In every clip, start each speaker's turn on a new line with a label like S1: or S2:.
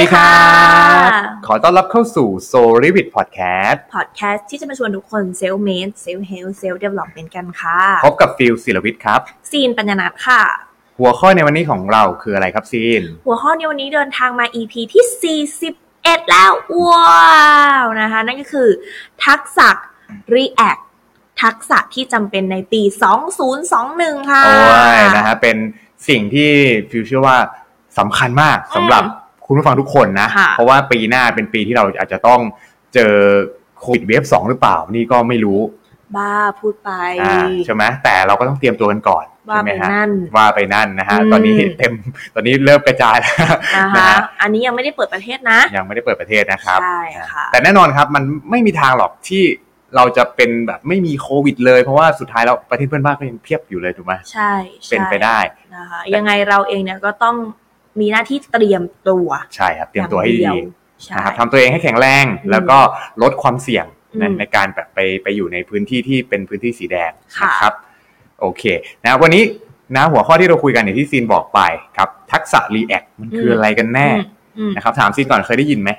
S1: ดีครับ
S2: ค่ะ
S1: ขอต้อนรับเข้าสู่ s o l i v i t Podcast
S2: พอดแคสต์ที่จะมาชวนทุกคนเซล f ์เมดเซล f ์เฮลเซล f ์เดเวล็อปเมนต์กันค่ะ
S1: พบกับฟิลศิลวิทย์ครับ
S2: ซีนปัญญนัทค่ะ
S1: หัวข้อในวันนี้ของเราคืออะไรครับซีน
S2: หัวข้อในวันนี้เดินทางมา EP ที่ 41 แล้ว ว้าวนะคะ นั่นก็คือ ทักษะ React ทักษะที่จำเป็นในปี 2021 ค่ะ
S1: โอ้ยนะฮะเป็นสิ่งที่ฟิวเชื่อว่าสำคัญมากสำหรับคุณผู้ฟังทุกคนนะ
S2: ค่ะ
S1: เพราะว่าปีหน้าเป็นปีที่เราอาจจะต้องเจอโควิดเวฟสองหรือเปล่า นี่ก็ไม่รู้
S2: บ้าพูดไป
S1: อ่าใช่ไหมแต่เราก็ต้องเตรียมตัวกันก่อน
S2: ว่า
S1: ใช่ไหม
S2: ไป
S1: ฮะ
S2: นั่น
S1: ว่าไปนั่นนะฮะ
S2: อืม
S1: ตอนนี้เต็มตอนนี้เริ่มกระจายแล้ว
S2: นะ
S1: นะคะ ฮะ
S2: อันนี้ยังไม่ได้เปิดประเทศนะ
S1: ยังไม่ได้เปิดประเทศนะครับ
S2: ใช่ค่ะ
S1: แต่แน่นอนครับมันไม่มีทางหรอกที่เราจะเป็นแบบไม่มีโควิดเลยเพราะว่าสุดท้ายแล้วประเทศเพื่อนบ้านก็ยังเพียบอยู่เลยถูกไหม
S2: ใช่ใช่
S1: เป็นไปได้
S2: นะคะยังไงเราเองเนี่ยก็ต้องมีหน้าที่เตรียมตัว
S1: ใช่ครับ เตรียมตัวให้
S2: อาง
S1: ดี
S2: เยวใช่
S1: นะครับทำตัวเองให้แข็งแรง
S2: อืม
S1: แล้วก็ลดความเสี่ยงใน
S2: อืม
S1: ในการแบบไปไปอยู่ในพื้นที่ที่เป็นพื้นที่สีแดง
S2: ค่ะ
S1: นะครับโอเคนะวันนี้นะหัวข้อที่เราคุยกันอย่างที่ซีนบอกไปครับทักษะ React มันคืออะไรกันแน่
S2: อืม
S1: นะครับถามซีนก่อนเคยได้ยินไหม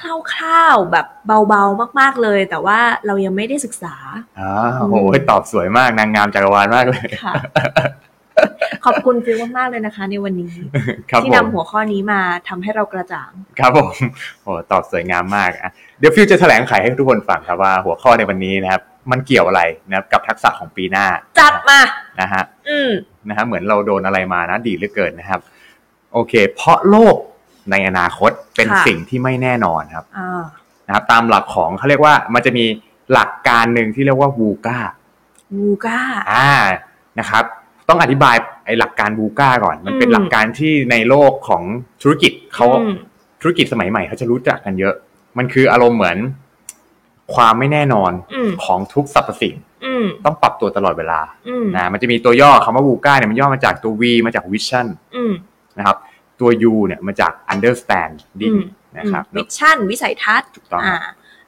S2: คร่าวๆแบบเบาๆมากๆเลย แต่ว่าเรายังไม่ได้ศึกษา
S1: อ๋อโอ้โหตอบสวยมากนางงามจักรวาลมากเลย
S2: ค่ะ ขอบคุณฟิลมากๆเลยนะคะ ในวันนี้
S1: ครับ
S2: ที่
S1: ผม
S2: นำหัวข้อนี้มาทำให้เรากระจ่าง
S1: ครับผม โอ้ตอบสวยงามมากอ่ะเดี๋ยวฟิวจะแถลงไขให้ทุกคนฟังครับว่าหัวข้อในวันนี้นะครับ มันเกี่ยวอะไรนะครับกับทักษะของปีหน้า
S2: จัดมา
S1: นะฮะ
S2: อืม
S1: นะฮะเหมือนเราโดนอะไรมานะดีเหลือเกินนะครับ โอเค เพราะโลกในอนาคตเป็น
S2: ค่ะ
S1: สิ่งที่ไม่แน่นอนครับ
S2: อ่า
S1: นะครับ ตามหลักของเขาเรียกว่ามันจะมีหลักการหนึ่งที่เรียกว่าวูก้า
S2: งูก้า
S1: อ่านะครับ ต้องอธิบายไอ้หลักการวูก้าก่อน มันเป็น
S2: อืม
S1: หลักการที่ในโลกของธุรกิจเขา
S2: อืม
S1: ธุรกิจสมัยใหม่เขาจะรู้จักกันเยอะ มันคืออารมณ์เหมือนความไม่แน่นอน
S2: อืม
S1: ของทุกสรรพสิ่ง
S2: อืม
S1: ต้องปรับตัวตลอดเวลา
S2: อืม
S1: นะ มันจะมีตัวย่อคำว่า VUCA เนี่ยมันย่อมาจากตัว V มาจาก Vision
S2: อืม
S1: นะครับ ตัว U เนี่ยมาจาก Understanding
S2: อืม
S1: นะครับ
S2: วิชั่นวิสัยทัศน์
S1: ถูกต้อง
S2: อ่า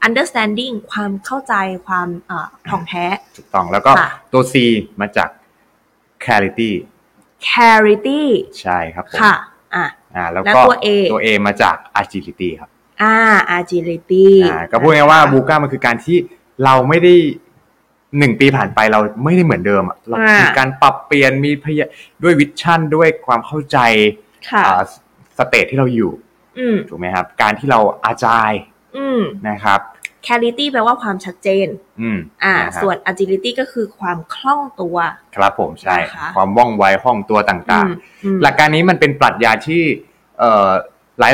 S2: understanding ความเข้าใจความอ่าถ่องแท้
S1: ถูกต้อง แล้วก็
S2: ค่ะ
S1: ตัว C มาจาก Clarity
S2: clarity
S1: ใช่ครับผม
S2: ค่ะ อ่ะ
S1: อ่า แล้ว
S2: และ
S1: ก็
S2: ตัว A
S1: ตัว A มาจาก Agility ครับ
S2: อ่า agility
S1: อ่าก็พูดง่ายๆว่าบูก้ามันคือการที่เราไม่ได้หนึ่งปีผ่านไปเราไม่ได้เหมือนเดิมอะเรา
S2: อ่ามี
S1: มีการปรับเปลี่ยนมีพยาด้วยวิชั่นด้วยความเข้าใจ
S2: ค่ะ
S1: อ่าสเตทที่เราอยู่
S2: อืม
S1: ถูกไหมครับ การที่เราอาจาย
S2: อืม
S1: นะครับ
S2: clarity แปลว่าความชัดเจน
S1: อืม
S2: อ่า
S1: ะครับ
S2: ส่วน agility ก็คือความคล่องตัว
S1: ครับผมใช่
S2: นะคะ
S1: ความว่องไวห้องตัวต่าง
S2: อืมอืม
S1: ๆ หลักการนี้มันเป็นปรัชญาที่เอ่อ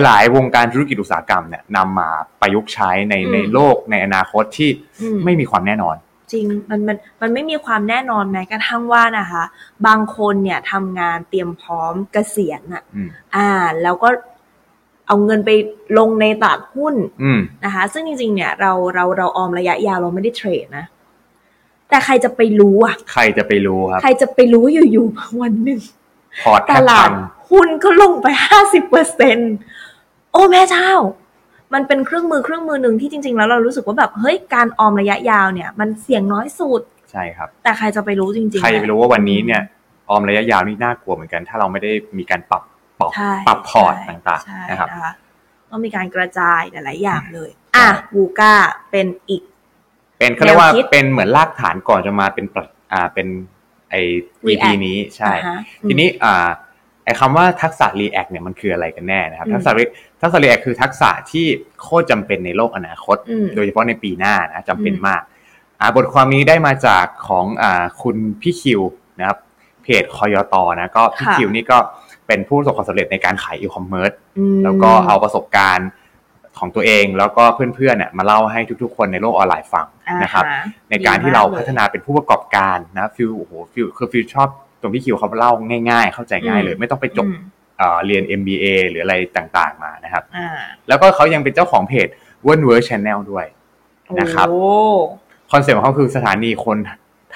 S1: หลาย ๆ วงการธุรกิจอุตสาหกรรมเนี่ยนำมาประยุกต์ใช้ในในโลกในอนาคตที่
S2: อืม
S1: ไม่มีความแน่นอน
S2: จริง มันมันมันไม่มีความแน่นอนแม้กระทั่งว่านะคะ บางคนเนี่ยทำงานเตรียมพร้อมเกษียณอ่ะ
S1: อืม
S2: อ่า แล้วก็เอาเงินไปลงในตลาดหุ้น
S1: อืม
S2: นะคะ ซึ่งจริงๆ เนี่ยเราเราเราออมระยะยาวเราไม่ได้เทรดนะ แต่ใครจะไปรู้อ่ะ
S1: ใครจะไปรู้ครับ
S2: ใครจะไปรู้อยู่ๆ วันหนึ่ง
S1: พอร์ต
S2: ต
S1: แค่
S2: ลา
S1: พั
S2: ด
S1: น
S2: หุ้นก็ลงไปห้าสิบเปอร์เซ็นโอ้แม่เจ้า มันเป็นเครื่องมือเครื่องมือหนึ่งที่จริง ๆ แล้วเรารู้สึกว่าแบบเฮ้ยการออมระยะยาวเนี่ย มันเสี่ยงน้อยสุด
S1: ใช่ครับ
S2: แต่ใครจะไปรู้จริงๆ
S1: ใครจะไปรู้ว่าวันนี้เนี่ยออมระยะยาวนี่น่ากลัวเหมือนกัน ถ้าเราไม่ได้มีการปรับปรับ
S2: ใช่
S1: ปรับพอร์ต
S2: ใช่
S1: ต่าง
S2: ใช่
S1: ๆนะครับ
S2: ต้องมีการกระจายหลายๆอย่างเลย อ่ะวูก้าเป็นอีก
S1: เป็นเขาเรียกว่า
S2: แนวคิด
S1: เป็นเหมือนรากฐานก่อนจะมาเป็นปรัชอ่าเป็นไอ EP นี้ใช่
S2: อ่าฮะ
S1: ทีนี้อ่าไอคำว่าทักษะ React เนี่ยมันคืออะไรกันแน่นะครับ
S2: อืม
S1: ทักษะ Re- ทักษะ React คือทักษะที่โคตรจำเป็นในโลกอนาคต
S2: อืม
S1: โดยเฉพาะในปีหน้านะจำเป็น
S2: อืม
S1: มากอ่าบทความนี้ได้มาจากของอาคุณพี่คิวนะครับเพจคอยตอนะก็พี่คิวนี่ก็เป็นผู้ประสบความสำเร็จในการขายอีคอมเมิร์ซ
S2: อืม
S1: แล้วก็เอาประสบการณ์ของตัวเองแล้วก็เพื่อนๆเนี่ยมาเล่าให้ทุกๆ คนในโลกออนไลน์ฟังนะครับ
S2: อ่าฮ
S1: ในการที่เรา
S2: ดีมลย
S1: พัฒนาเป็นผู้ประกอบการนะฟิลโอ้โหฟิลคือฟิลชอบตรงที่คิวเขาเล่าง่าย ๆ เข้าใจง่ายเลย
S2: อืม
S1: ไม่ต้องไปจบ
S2: อืม
S1: เอ่อเรียน MBA หรืออะไรต่างๆมานะครับ
S2: อ่า
S1: แล้วก็เขายังเป็นเจ้าของเพจ w o r d w o r d Channel ด้วย นะครับ
S2: โอ้
S1: คอนเซ็ปต์ของเขาคือสถานีคน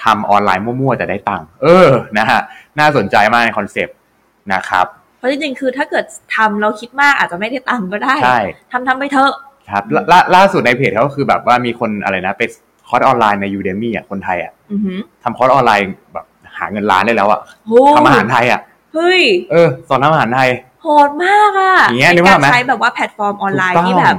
S1: ทำออนไลน์มั่วๆแต่ได้ตังค์เออนะฮะน่าสนใจมากในคอนเซ็ปต์นะครับ
S2: เพราะจริงๆ คือถ้าเกิดทำเราคิดมากอาจจะไม่ได้ตังค์ก็ได้
S1: ใช่
S2: ทำทำไปเถอะ
S1: ครับลล่าล่าสุดในเพจเขาก็คือแบบว่ามีคนอะไรนะไปคอร์สออนไลน์ใน Udemy อ่ะคนไทยอ่ะ
S2: อือหือ
S1: ทำคอร์สออนไลน์แบบหาเงินล้านได้แล้วอ่ะ
S2: โอ้
S1: ทำอาหารไทยอ่ะ
S2: เฮ้ย
S1: เออสอนทำอาหารไทย
S2: โหดมากอะ
S1: อย่างเงี้ย
S2: เป็
S1: นึก
S2: นกา
S1: ว่าร ไหม
S2: ใช้แบบว่าแพลตฟอร์มออนไลน์ที่แบบ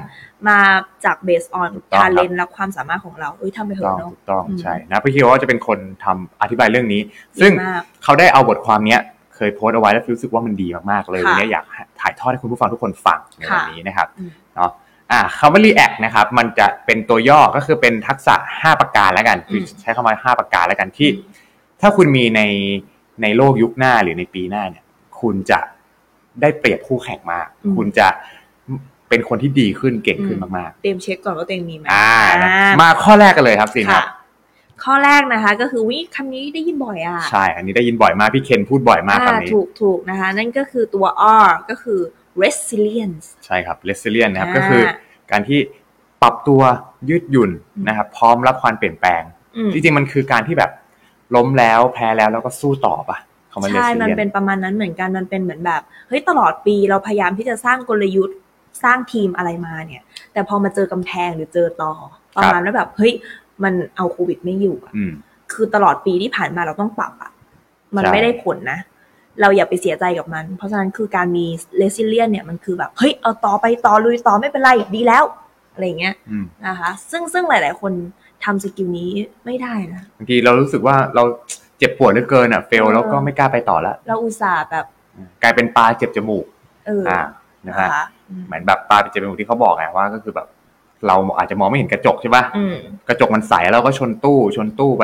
S2: มาจากเบสออน
S1: ถูกต้องครั
S2: ทา
S1: บ
S2: เลนและความสามารถของเราเอ้ยทำไปเถ
S1: ถูกต้
S2: อะ
S1: อง
S2: เนาะ
S1: ถูกต้อง
S2: อืม
S1: ใช่นะพี่คิวก็จะเป็นคนทำอธิบายเรื่องนี้
S2: ดี
S1: ซึ่ง
S2: มาก
S1: เขาได้เอาบทความเนี้ยเคยโพสต์เอาไว้แล้วรู้สึกว่ามันดีมากๆเลย
S2: ค่ะ
S1: วันนี้อยากถ่ายทอดให้คุณผู้ฟังทุกคนฟังในวันนี้นะครับ
S2: อืม
S1: เนาะอ่าคำว่า React นะครับมันจะเป็นตัวย่อก็คือเป็นทักษะ 5 ประการแล้วกันคือใช้คำว่า5ประการแล้วกันที่ ถ้าคุณมีในในโลกยุคหน้าหรือในปีหน้าเนี่ย คุณจะได้เปรียบคู่แข่งมาก
S2: อืม
S1: คุณจะเป็นคนที่ดีขึ้นเก่งขึ้น
S2: อืม
S1: มาก
S2: เตรียมเช็คก่อนว่าตัวเองมีไหม
S1: ๆ อ่านะ
S2: อ่
S1: มาข้อแรกกันเลยครับสินค
S2: ค่ะ
S1: รับ
S2: ข้อแรกนะคะ ก็คือวิคำนี้ได้ยินบ่อยอ่ะ
S1: ใช่ อันนี้ได้ยินบ่อยมาก พี่เคนพูดบ่อยมากคำนี้
S2: ถูกถูกนะคะ นั่นก็คือตัว R ก็คือ resilience
S1: ใช่ครับ resilient นะครับ
S2: อ่า
S1: ก็คือการที่ปรับตัวยืดหยุ่นนะครับ พร้อมรับความเปลี่ยนแปลง
S2: อืม
S1: จริงๆ มันคือการที่แบบล้มแล้วแพ้แล้วแล้วก็สู้ต่อป่ะคำว่า
S2: ใช่ มัน
S1: resilient
S2: เป็นประมาณนั้นเหมือนกัน มันเป็นเหมือนแบบ เฮ้ย ตลอดปีเราพยายามที่จะสร้างกลยุทธ์ สร้างทีมอะไรมาเนี่ย แต่พอมาเจอกำแพงหรือเจอต่อ ประมาณว่าแบบ เฮ้ย มันเอาโควิดไม่อยู่อะ
S1: อืม
S2: คือตลอดปีที่ผ่านมาเราต้องปรับอะมัน
S1: ใช่
S2: ไม่ได้ผลนะ เราอย่าไปเสียใจกับมัน เพราะฉะนั้นคือการมี resilient เนี่ย มันคือแบบ เฮ้ย เอาต่อไปต่อลุยต่อไม่เป็นไร ดีแล้ว อะไรอย่างเงี้ย
S1: อืม
S2: นะคะ ซึ่งซึ่งหลาย ๆ คนทำสกิลนี้ไม่ได้นะ
S1: บางทีเรารู้สึกว่าเราเจ็บปวดเหลือเกินอ่ะ เฟล
S2: เออ
S1: แล้วก็ไม่กล้าไปต่อละ
S2: เราอุตส่าห์แบบ
S1: กลายเป็นปลาเจ็บจมูก
S2: เออ
S1: อ่า
S2: อ
S1: นะ
S2: นะ
S1: ฮะ
S2: คะอืม
S1: เหมือนแบบปลาเจ็บจมูกที่เขาบอกไงว่าก็คือแบบ เราอาจจะมองไม่เห็นกระจกใช่ปะ
S2: อืม
S1: กระจกมันใสแล้วเราก็ชนตู้ชนตู้ไป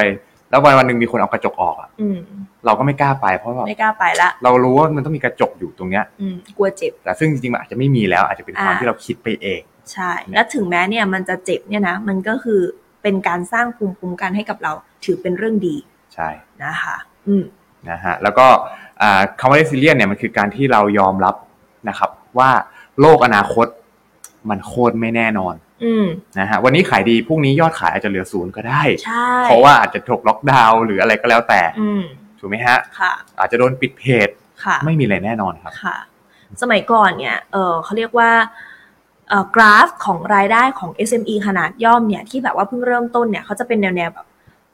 S1: แล้ววันวันหนึ่งมีคนเอากระจกออกอ่ะ
S2: อืม
S1: เราก็ไม่กล้าไปเพราะว่า
S2: ไม่กล้าไปละ
S1: เรารู้ว่ามันต้องมีกระจกอยู่ตรงเนี้ย
S2: อืม กลัวเจ็บ
S1: แต่ซึ่งจริงๆมันอาจจะไม่มีแล้ว อาจจะเป็นความ
S2: อ่า
S1: ที่เราคิดไปเอง
S2: ใช่ และถึงแม้เนี่ยมันจะเจ็บเนี่ยนะ มันก็คือเป็นการสร้างภูมิคุ้มกันให้กับเรา ถือเป็นเรื่องดี
S1: ใช่
S2: นะคะ อืม
S1: นะฮะแล้วก็อ่าคำว่า resilient เนี่ยมันคือการที่เรายอมรับนะครับ ว่าโลกอนาคต มันโคตรไม่แน่นอน
S2: อืม
S1: นะฮะวันนี้ขายดีพรุ่งนี้ยอดขายอาจจะเหลือศูนย์ก็ได้
S2: ใช่
S1: เพราะว่าอาจจะถูกล็อกดาวน์หรืออะไรก็แล้วแต่
S2: อืม
S1: ถูกไหมฮะ
S2: ค่ะ
S1: อาจจะโดนปิดเพจ
S2: ค่ะ
S1: ไม่มีอะไรแน่นอนครับ
S2: ค่ะ สมัยก่อนเนี่ย เออเขาเรียกว่าเออกราฟของรายได้ของ SME ขนาดย่อมเนี่ย ที่แบบว่าเพิ่งเริ่มต้นเนี่ยเขาจะเป็นแนวแนวๆแบบ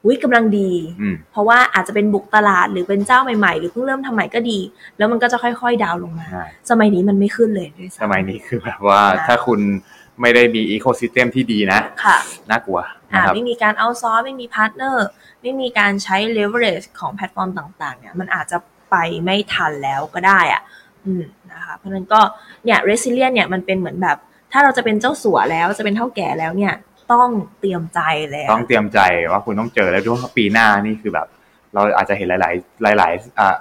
S2: อุ้ยกำลังดี
S1: อืม
S2: เพราะว่าอาจจะเป็นบุกตลาดหรือเป็นเจ้าใหม่ๆ หรือเพิ่งเริ่มทำใหม่ก็ดี แล้วมันก็จะค่อยๆ ดาวน์ลงมา
S1: ใช่
S2: สมัยนี้มันไม่ขึ้นเลยด้วย
S1: ส
S2: ซ้ำ
S1: มัยนี้คือแบบว่า
S2: ค่ะ
S1: ถ้าคุณไม่ได้มีอีโค y ิสเต็มที่ดีนะ
S2: ค่ะ
S1: น่ากลัว
S2: อ่า
S1: นะครับ
S2: ไม่มีการเอาซอร์ไม่มีพาร์ทเนอร์ ไม่มีการใช้ leverage ของแพลตฟอร์มต่างๆ เนี่ย มันอาจจะไปไม่ทันแล้วก็ได้อะอืมนะคะ เพราะฉะนั้นก็เนี่ย resilient เนี่ยมันเป็นเหมือนแบบ ถ้าเราจะเป็นเจ้าสัวแล้วจะเป็นเท่าแก่แล้วเนี่ย ต้องเตรียมใจแล้ว
S1: ต้องเตรียมใจว่าคุณต้องเจอแล้วด้วยว่าปีหน้านี่คือแบบ เราอาจจะเห็นหลาย ๆ หลายๆ อ่า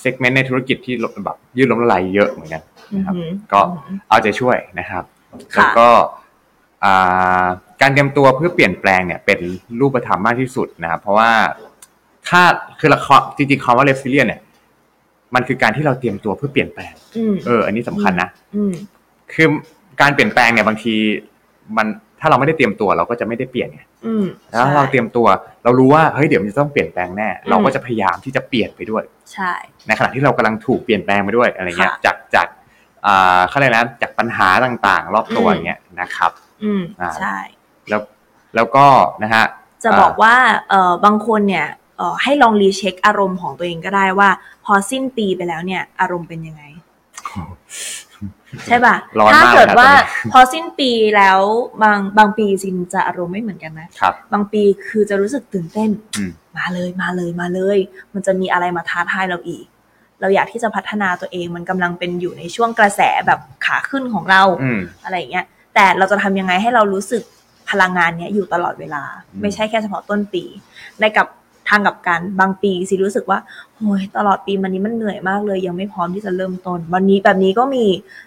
S1: เซกเมนต์ในธุรกิจที่แบบยืดล้มละลายเยอะเหมือนกัน
S2: อือหือ
S1: ก็ เอาใจช่วยนะครับ
S2: ค่ะ
S1: แล้วก็อ่าการเตรียมตัวเพื่อเปลี่ยนแปลงเนี่ยเป็นรูปธรรมมากที่สุดนะครับ เพราะว่าถ้าคือละครจริงๆคำว่า resilient เนี่ย มันคือการที่เราเตรียมตัวเพื่อเปลี่ยนแปลง
S2: ืม
S1: เออ อันนี้สำคัญนะ
S2: อืม
S1: คือการเปลี่ยนแปลงเนี่ยบางทีมันถ้าเราไม่ได้เตรียมตัวเราก็จะไม่ได้เปลี่ยนไง
S2: อืม
S1: แล้วถ้าเราเตรียมตัวเรารู้ว่าเฮ้ยเดี๋ยวมันจะต้องเปลี่ยนแปลงแน่ เราก็จะพยายามที่จะเปลี่ยนไปด้วย
S2: ใช่
S1: ในขณะที่เรากำลังถูกเปลี่ยนแปลงไปด้วยอะไรเงี้ย
S2: ค่ะ
S1: จากจากอ่าเขาเรียกนะจากปัญหาต่างๆ รอบตัว
S2: อืม
S1: อย่างเงี้ยนะครับ
S2: อืม
S1: อ่า
S2: ใช่
S1: แล้วแล้วก็นะฮะ
S2: จะ
S1: อ่า
S2: บอกว่าเออบางคนเนี่ยเออให้ลองรีเช็คอารมณ์ของตัวเองก็ได้ว่า พอสิ้นปีไปแล้วเนี่ย อารมณ์เป็นยังไง ใช่ป่ะ
S1: ร้อนมาก
S2: ถ้าเกิด
S1: เลยครับ
S2: ว่า
S1: ตอนนี้
S2: พอสิ้นปีแล้วบางบางปีซินจะอารมณ์ไม่เหมือนกันนะ
S1: ครับ
S2: บางปีคือจะรู้สึกตื่นเต้น
S1: อืม
S2: มาเลยมาเลยมาเลย มันจะมีอะไรมาท้าทายเราอีก เราอยากที่จะพัฒนาตัวเองมันกำลังเป็นอยู่ในช่วงกระแสแบบขาขึ้นของเรา
S1: อืม
S2: อะไรอย่างเงี้ย แต่เราจะทำยังไงให้เรารู้สึกพลังงานเนี้ยอยู่ตลอดเวลา
S1: อืม
S2: ไม่ใช่แค่เฉพาะต้นปี ในกับทางกลับการบางปีสิรู้สึกว่าโอ้ยตลอดปีมันนี้มันเหนื่อยมากเลย ยังไม่พร้อมที่จะเริ่มต้น วันนี้แบบนี้ก็มี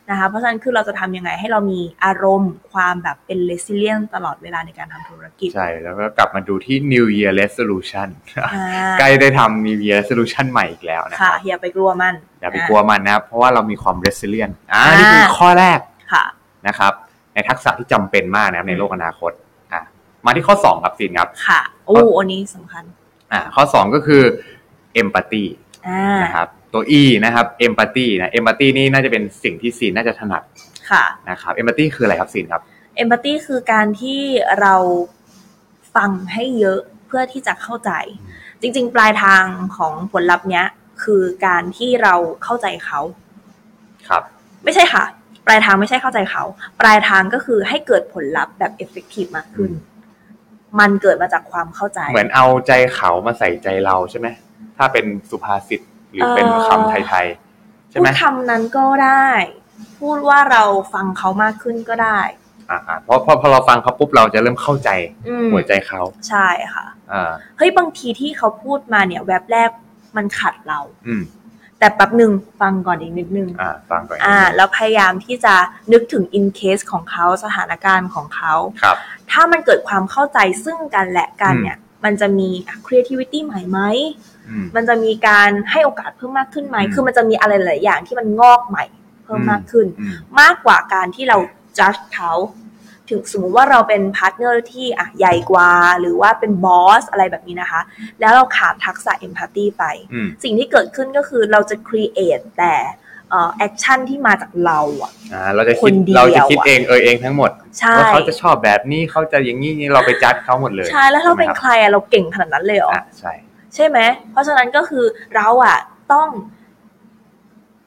S2: นะคะ เพราะฉะนั้นคือเราจะทำยังไงให้เรามีอารมณ์ความแบบเป็น resilient ตลอดเวลาในการทำธุรกิจ
S1: ใช่แล้วก็กลับมาดูที่ New Year Resolution
S2: อ่า
S1: ใกล้ได้ทำ New Year Resolution ใหม่อีกแล้วนะค
S2: ค่ะ
S1: รับ
S2: อย่าไปกลัวมัน
S1: อย่าไป
S2: อ่
S1: กลัวมันนะครับ เพราะว่าเรามีความ resilient อ่า
S2: อ่านี่
S1: นี่คือข้อแรก
S2: ค่ะ
S1: นะครับ ในทักษะที่จำเป็นมากนะครับในโลกอนาคตอ่ะมาที่ข้อ 2 ครับสินครับ
S2: ค่ะโอ้อันนี้สำคัญ
S1: อ่าข้อ 2 ก็คือ empathy
S2: อ่า
S1: นะครับตัว E นะครับ empathy นะ empathy นี่น่าจะเป็นสิ่งที่ซีนน่าจะถนัด
S2: ค่ะ
S1: นะครับ empathy คืออะไรครับซีนครับ
S2: เอมพัตตีคือการที่เราฟังให้เยอะเพื่อที่จะเข้าใจ จริง ๆ ปลายทางของผลลัพธ์เนี้ย คือการที่เราเข้าใจเขา
S1: ครับ
S2: ไม่ใช่ค่ะ ปลายทางไม่ใช่เข้าใจเขา ปลายทางก็คือให้เกิดผลลัพธ์แบบ effective มากขึ้น มันเกิดมาจากความเข้าใจ
S1: เหมือนเอาใจเขามาใส่ใจเราใช่ไหมถ้าเป็นสุภาษิตหรือ
S2: เอ่อ
S1: เป็นคำไทยๆใช่
S2: พู
S1: ไหม
S2: ดคำนั้นก็ได้ พูดว่าเราฟังเขามากขึ้นก็ได้
S1: อ่าๆเพราะพอพอเราฟังเขาปุ๊บเราจะเริ่มเข้าใจ
S2: อืม
S1: หัวใจเขา
S2: ใช่ค่ะ
S1: อ่า
S2: เฮ้ยบางทีที่เขาพูดมาเนี่ยแวบแรกมันขัดเรา
S1: อืม
S2: แต่แป๊บหนึ่งฟังก่อนอีกนิดนึง
S1: อ่าฟังก่อน
S2: อ่า แล้วพยายามที่จะนึกถึง in case ของเขาสถานการณ์ของเขา
S1: ครับ
S2: ถ้ามันเกิดความเข้าใจซึ่งกันและกันเนี่ย มันจะมี creativity ใหม่ไหม
S1: อืม
S2: มันจะมีการให้โอกาสเพิ่มมากขึ้นไหม
S1: อืม
S2: คือมันจะมีอะไรหลายอย่างที่มันงอกใหม่เพิ่ม
S1: อืม
S2: มากขึ้น
S1: อืม
S2: มากกว่าการที่เรา judge เขา ถึงสมมุติว่าเราเป็นพาร์ทเนอร์ที่อ่ะใหญ่กว่า หรือว่าเป็นบอสอะไรแบบนี้นะคะ แล้วเราขาดทักษะ empathy ไป
S1: อืม
S2: สิ่งที่เกิดขึ้นก็คือเราจะ create แต่แอคชั่นที่มาจากเราอะ
S1: อ่าเราจะคิด
S2: คนเดียว
S1: เราจะคิด
S2: อะ
S1: เองเออเองทั้งหมด
S2: ใช่
S1: ว่าเขาจะชอบแบบนี้เขาจะอย่างนี้เราไปจัดเขาหมดเลย
S2: ใช่ แล้วเราเป็น
S1: ช่ไหม
S2: ใครอะเราเก่งขนาดนั้นเลยเหรอ
S1: อ่ะใช่
S2: ใช่ไหม เพราะฉะนั้นก็คือเราอ่ะต้อง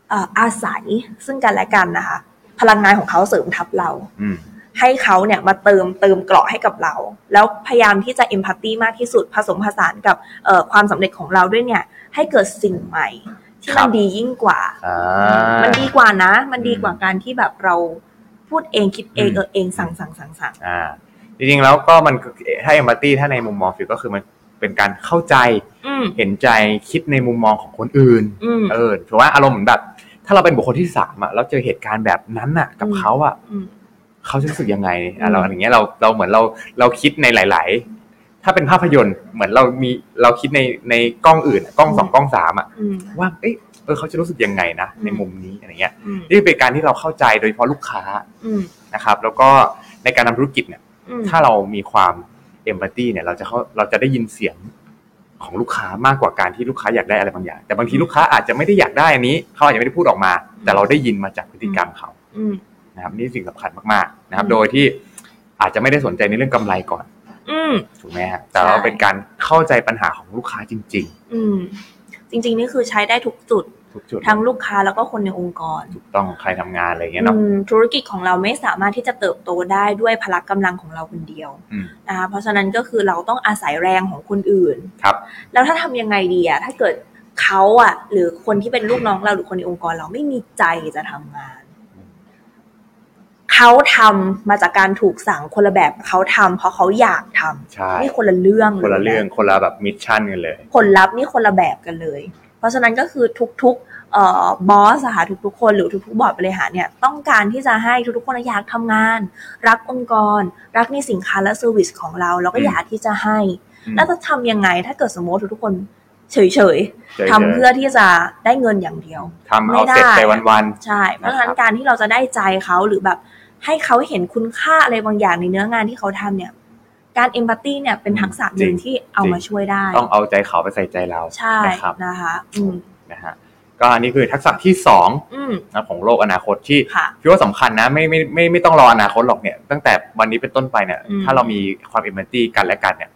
S2: เอ่ออาศัยซึ่งกันและกันนะคะ พลังงานของเขาเสริมทับเรา
S1: อืม
S2: ให้เขาเนี่ยมาเติมเติมเกราะให้กับเรา แล้วพยายามที่จะเอมพัตตีมากที่สุดผสมผสานกับเอ่อความสำเร็จของเราด้วยเนี่ย ให้เกิดสิ่งใหม่ ที่
S1: ครั
S2: มัน
S1: บ
S2: ดียิ่งกว่า
S1: อ่า
S2: มันดีกว่านะ มันดีกว่า
S1: อืม
S2: การที่แบบเราพูดเองคิดเอง
S1: อืม
S2: เออเองสั่งสั่งสั่งสั่ง
S1: อ่าจริงๆแล้วก็มันก็ถ้าเอมพัตตีถ้าในมุมมองฟิวก็คือมันเป็นการเข้าใจ
S2: อืม
S1: เห็นใจคิดในมุมมองของคนอื่น
S2: อืม
S1: เออถือว่าอารมณ์เหมือนแบบ ถ้าเราเป็นบุคคลที่สามอะแล้วเจอเหตุการณ์แบบนั้นอะกับ
S2: อืม
S1: เขาอะ
S2: อืม
S1: เขาจะรู้สึกยังไง
S2: อื
S1: อ่ะ
S2: ม
S1: เราอย่างเงี้ยเราเราเหมือนเราเราคิดในหลาย ๆ ถ้าเป็นภาพยนตร์เหมือนเรามีเราคิดในในกล้องอื่นอะกล้องสองกล้องสามอะ
S2: อืม
S1: ว่าเอยเออเขาจะรู้สึกยังไงนะ
S2: อืม
S1: ในมุมนี้อะไรเงี้ย
S2: อืม
S1: นี่เป็นการที่เราเข้าใจโดยเฉพาะลูกค้า
S2: อืม
S1: นะครับ แล้วก็ในการทำธุรกิจเนี่ย
S2: อืม
S1: ถ้าเรามีความเอมพัตตีเนี่ย เราจะเข้าเราจะได้ยินเสียงของลูกค้ามากกว่าการที่ลูกค้าอยากได้อะไรบางอย่าง แต่บางทีลูกค้าอาจจะไม่ได้อยากได้อันนี้เขาอาจจะไม่ได้พูดออกมา แต่เราได้ยินมาจากพฤติกรรมเขา
S2: อืม
S1: นะครับนี่สิ่งสำคัญมากๆนะครับ
S2: อืม
S1: โดยที่อาจจะไม่ได้สนใจในเรื่องกำไรก่อน
S2: อืม
S1: ถูกไหมฮะแต่เรา
S2: ใช่
S1: เป็นการเข้าใจปัญหาของลูกค้าจริง
S2: อืม จริงๆ นี่คือใช้ได้ทุกจุด
S1: ๆ ทุกจุด
S2: ทั้งลูกค้าแล้วก็คนในองค์กร
S1: ถูกต้องใครทำงานอะไรอย่างเงี้ยเนาะ
S2: อืมธุรกิจของเราไม่สามารถที่จะเติบโตได้ด้วยพละกำลังของเราคนเดียว
S1: อืม
S2: นะคะเพราะฉะนั้นก็คือเราต้องอาศัยแรงของคนอื่น
S1: ครับ
S2: แล้วถ้าทำยังไงดีอะถ้าเกิดเขาอะหรือคนที่เป็นลูกน้องเราหรือคนในองค์กรเราไม่มีใจจะทำงาน เขาทำมาจากการถูกสั่งคนละแบบเขาทำเพราะเขาอยากทำ
S1: ใช่
S2: นี่คนละเรื่อง
S1: คนละ
S2: ย
S1: เรื่องคนละแบบมิชชั่นกันเลย
S2: ผลลัพธ์นี่คนละแบบกันเลย เพราะฉะนั้นก็คือทุกๆเอ่อบอสอะค่ะทุกๆคนหรือทุกๆบอร์ดบริหารเนี่ยต้องการที่จะให้ทุกๆคนอยากทำงาน รักองค์กร รักในสินค้าและเซอร์วิสของเรา แล้วก็
S1: อืม
S2: อยากที่จะให้
S1: อืม
S2: แล้วจะทำยังไงถ้าเกิดสมมติทุกๆคนเฉย
S1: จ
S2: ๆทำเพื่อที่จะได้เงินอย่างเดียว
S1: ทำเอาเสร็จไปวัน
S2: ใช่ เพราะฉะนั้
S1: นะคน รับ
S2: การที่เราจะได้ใจเขาหรือแบบให้เขาเห็นคุณค่าอะไรบางอย่างในเนื้องานที่เขาทำเนี่ย การเอมพัตตีเนี่ยเป็นทักษะหนึ่งที่เอามาช่วยได้
S1: ๆต้องเอาใจเขาไปใส่ใจเรา
S2: ใช่
S1: นะครับ
S2: นะคะ อืม
S1: นะฮะก็อันนี้คือทักษะที่สอง
S2: อืม
S1: นะของโลกอนาคตที่
S2: ค่ะ
S1: พี่ว่าสำคัญนะไม่ไม่ไม่ไม่ต้องรออนาคตหรอกเนี่ยตั้งแต่วันนี้เป็นต้นไปเนี่ย
S2: อืม
S1: ถ้าเรามีความเอมพัตตีกันและกันเนี่ย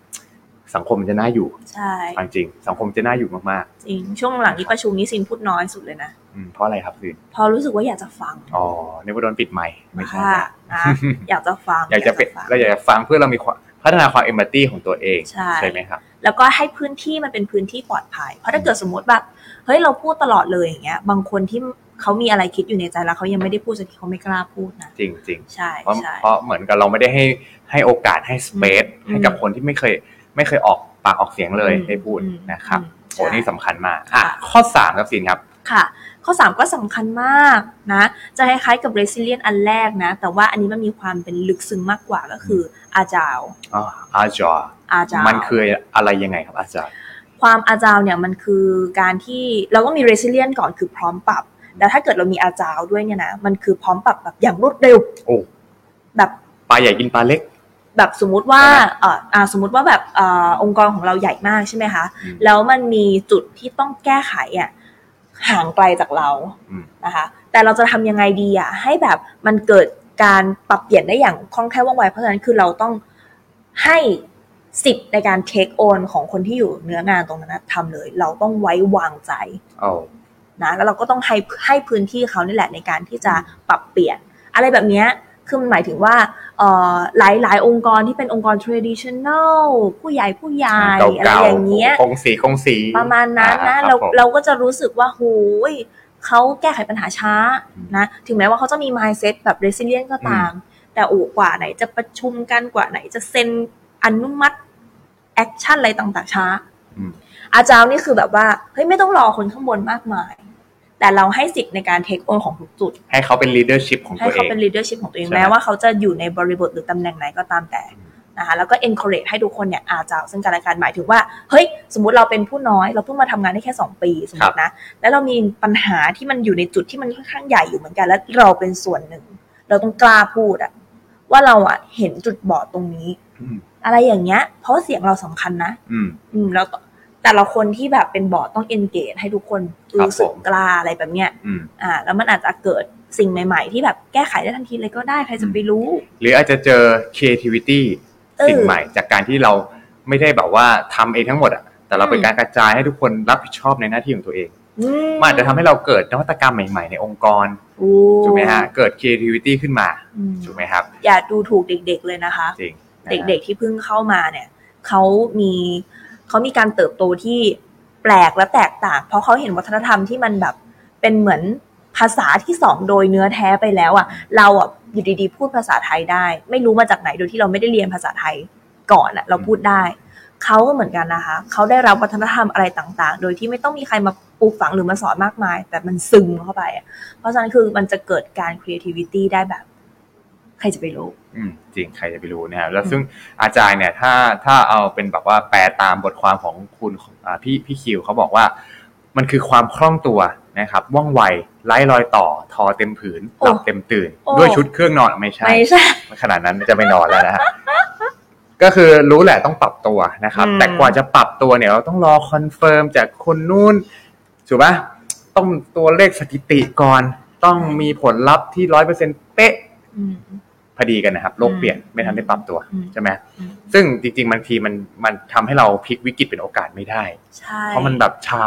S1: สังคมมันจะน่าอยู่
S2: ใช่
S1: เอาจริง สังคมจะน่าอยู่มาก
S2: จริง ช่วงหลังนี้ประชุมนี้ซินพูดน้อยสุดเลยนะ
S1: ๆอืมเพราะอะไรครับคืน
S2: พอรู้สึกว่าอยากจะฟัง
S1: อ๋อนึกว่าโดนปิดไมค์ไม่ใช่
S2: ค่ะ
S1: นะ
S2: นะอยากจะฟัง
S1: อยากจะเป็น
S2: ฟัง
S1: เราอยากจะฟังเพื่อเรามีความพัฒนาความเอมพัตตีของตัวเอง
S2: ใช่
S1: ไหมครับ
S2: แล้วก็ให้พื้นที่มันเป็นพื้นที่ปลอดภัย เพราะถ้าเกิดสมมติแบบเฮ้ยเราพูดตลอดเลยอย่างเงี้ย บางคนที่เขามีอะไรคิดอยู่ในใจแล้วเขายังไม่ได้พูดสักทีเขาไม่กล้าพูดนะ
S1: จริงจริง
S2: ใช่
S1: เพราะ
S2: ใช่
S1: เพราะเหมือนกับเราไม่ได้ให้ให้โอกาสให้สเปซ
S2: อืม
S1: ให้กับคนที่ไม่เคยไม่เคยออกปากออกเสียงเลย
S2: อืม
S1: ได้พูด
S2: อืม
S1: นะครับ
S2: อืม
S1: โอ้
S2: ใช่
S1: นี่สำคัญมากอ่ะข้อสามครับสินครับ
S2: ค่ะ ข้อ 3 ก็สำคัญมากนะ จะคล้ายๆกับ resilient อันแรกนะ แต่ว่าอันนี้มันมีความเป็นลึกซึ้งมากกว่าก็คืออาจาว
S1: อ๋ออาจารย์
S2: อาจาว
S1: มันคืออะไรยังไงครับอาจารย์
S2: ความอาจาวเนี่ยมันคือการที่เราต้องมี resilient ก่อนคือพร้อมปรับ แล้วถ้าเกิดเรามีอาจาวด้วยเนี่ยนะมันคือพร้อมปรับแบบอย่างรวดเร็ว
S1: โอ้
S2: แบบ
S1: ปลาใหญ่กินปลาเล็ก
S2: แบบสมมติว่าเอ่ออ่าสมมติว่าแบบเอ่อองค์กรของเราใหญ่มากใช่ไหมคะ
S1: อืม
S2: แล้วมันมีจุดที่ต้องแก้ไขอ่ะห่างไกลจากเรา
S1: อืม
S2: นะคะแต่เราจะทำยังไงดีอ่ะให้แบบมันเกิดการปรับเปลี่ยนได้อย่างคล่องแคล่วว่องไวเพราะฉะนั้นคือเราต้องให้สิทธิ์ในการเทคโอนของคนที่อยู่เนื้องานตรงนั้นนะทำเลย เราต้องไว้วางใจ
S1: โอ้
S2: นะแล้วเราก็ต้องให้ให้พื้นที่เขานี่แหละในการที่จะปรับเปลี่ยน อะไรแบบเนี้ยคือมันหมายถึงว่าเอ่อหลายหลายองค์กรที่เป็นองค์กร traditional ผู้ใหญ่ผู้ใหญ่อะไร
S1: เก่า
S2: อย่างเงี้ย
S1: ๆคงสีคงสี
S2: ประมาณนั้น
S1: อ่
S2: นะ
S1: คบ
S2: เรา
S1: ผม
S2: เราก็จะรู้สึกว่าโหยเขาแก้ไขปัญหาช้า
S1: อืม
S2: นะ ถึงแม้ว่าเขาจะมี mindset แบบ resilient ก็ตาม แต่โอ้กว่าไหนจะประชุมกันกว่าไหนจะเซ็นอนุมัติ action อะไรต่างๆช้า
S1: อืม
S2: อาจารย์นี่คือแบบว่า เฮ้ย ไม่ต้องรอคนข้างบนมากมาย แต่เราให้สิทธิ์ในการ take on ของทุกจุด
S1: ให้เขาเป็น leadership ของ
S2: ให้
S1: ตัวเอ
S2: เขา
S1: ง
S2: เป็น leadership ของตัวเอง
S1: ใช่ไหม
S2: แม้ว่าเขาจะอยู่ในบริบทหรือตำแหน่งไหนก็ตามแต่
S1: อืม
S2: นะคะแล้วก็ encourage ให้ทุกคนเนี่ยอาจจะซึ่งกันและกันหมายถึงว่า เฮ้ย สมมติเราเป็นผู้น้อย เราเพิ่งมาทำงานได้แค่ 2 ปีสมมตินะ แล้วเรามีปัญหาที่มันอยู่ในจุดที่มันค่อนข้างใหญ่อยู่เหมือนกัน แล้วเราเป็นส่วนหนึ่ง เราต้องกล้าพูดอะว่าเราอะเห็นจุดบอดตรงนี้
S1: อืม
S2: อะไรอย่างเงี้ย เพราะเสียงเราสำคัญนะ
S1: อืม
S2: อืมแล้วตแต่ละคนที่แบบเป็นบอร์ดต้อง engage ให้ทุกคนรู้สึก
S1: ผม
S2: กล้าอะไรแบบเนี้ย
S1: อืม
S2: อ่า แล้วมันอาจจะเกิดสิ่งใหม่ ๆ ที่แบบแก้ไขได้ทันทีเลยก็ได้ ใครจะไปรู้
S1: หรืออาจจะเจอ creativity
S2: เออ
S1: สิ่งใหม่ จากการที่เราไม่ได้แบบว่าทำเองทั้งหมดอะแต่เราเป็น
S2: อืม
S1: การกระจายให้ทุกคนรับผิดชอบในหน้าที่ของตัวเอง
S2: อื
S1: มันอาจจะทำให้เราเกิดนวัตกรรมใหม่ๆในองค์กร
S2: โอ้
S1: ถูกไหมฮะเกิด creativity ขึ้นมา
S2: อืม
S1: ถูกไหมครับ
S2: อย่าดูถูกเด็ก ๆ เลยนะคะ
S1: จริงนะฮะ
S2: เด็ก ๆ ที่เพิ่งเข้ามาเนี่ยเขามีเขามีการเติบโตที่แปลกและแตกต่าง เพราะเขาเห็นวัฒนธรรมที่มันแบบเป็นเหมือนภาษาที่สองโดยเนื้อแท้ไปแล้วอ่ะ เราอ่ะอยู่ดีๆ พูดภาษาไทยได้ ไม่รู้มาจากไหนโดยที่เราไม่ได้เรียนภาษาไทยก่อนอ่ะ เราพูดได้ เขาก็เหมือนกันนะคะ เขาได้รับวัฒนธรรมอะไรต่าง ๆ โดยที่ไม่ต้องมีใครมาปลูกฝังหรือมาสอนมากมาย แต่มันซึมเข้าไปอะเพราะฉะนั้นคือมันจะเกิดการ creativity ได้แบบ ใครจะไปรู้
S1: อืมจริงใครจะไปรู้นะครับแล้วซึ่งอาจารย์เนี่ยถ้าถ้าเอาเป็นแบบว่าแปลตามบทความของคุณอ่าพี่พี่คิวเขาบอกว่า มันคือความคล่องตัวนะครับว่องไวไร้รอยต่อทอเต็มผืนหลับเต็มตื่น
S2: โอ้
S1: ด้วยชุดเครื่องนอนไม่ใช่
S2: ไม่ใช่
S1: ขนาดนั้นจะไม่นอนแล้วนะฮะ ก็คือรู้แหละต้องปรับตัวนะครับ
S2: อืม
S1: แต่กว่าจะปรับตัวเนี่ยเราต้องรอคอนเฟิร์มจากคนนู้นถูกปะต้องตัวเลขสถิติก่อน ต้องมีผลลัพธ์ที่ร้อยเปอร์เซ็นเป๊ะพอดีกันนะครับ โลกเปลี่ยนไม่ทันได้ปรับตัว
S2: อืม
S1: ใช่ไหม
S2: อืม
S1: ซึ่งจริงๆบางทีมันมันทำให้เราพลิกวิกฤตเป็นโอกาสไม่ได้
S2: ใช่
S1: เพราะมันแบบช้า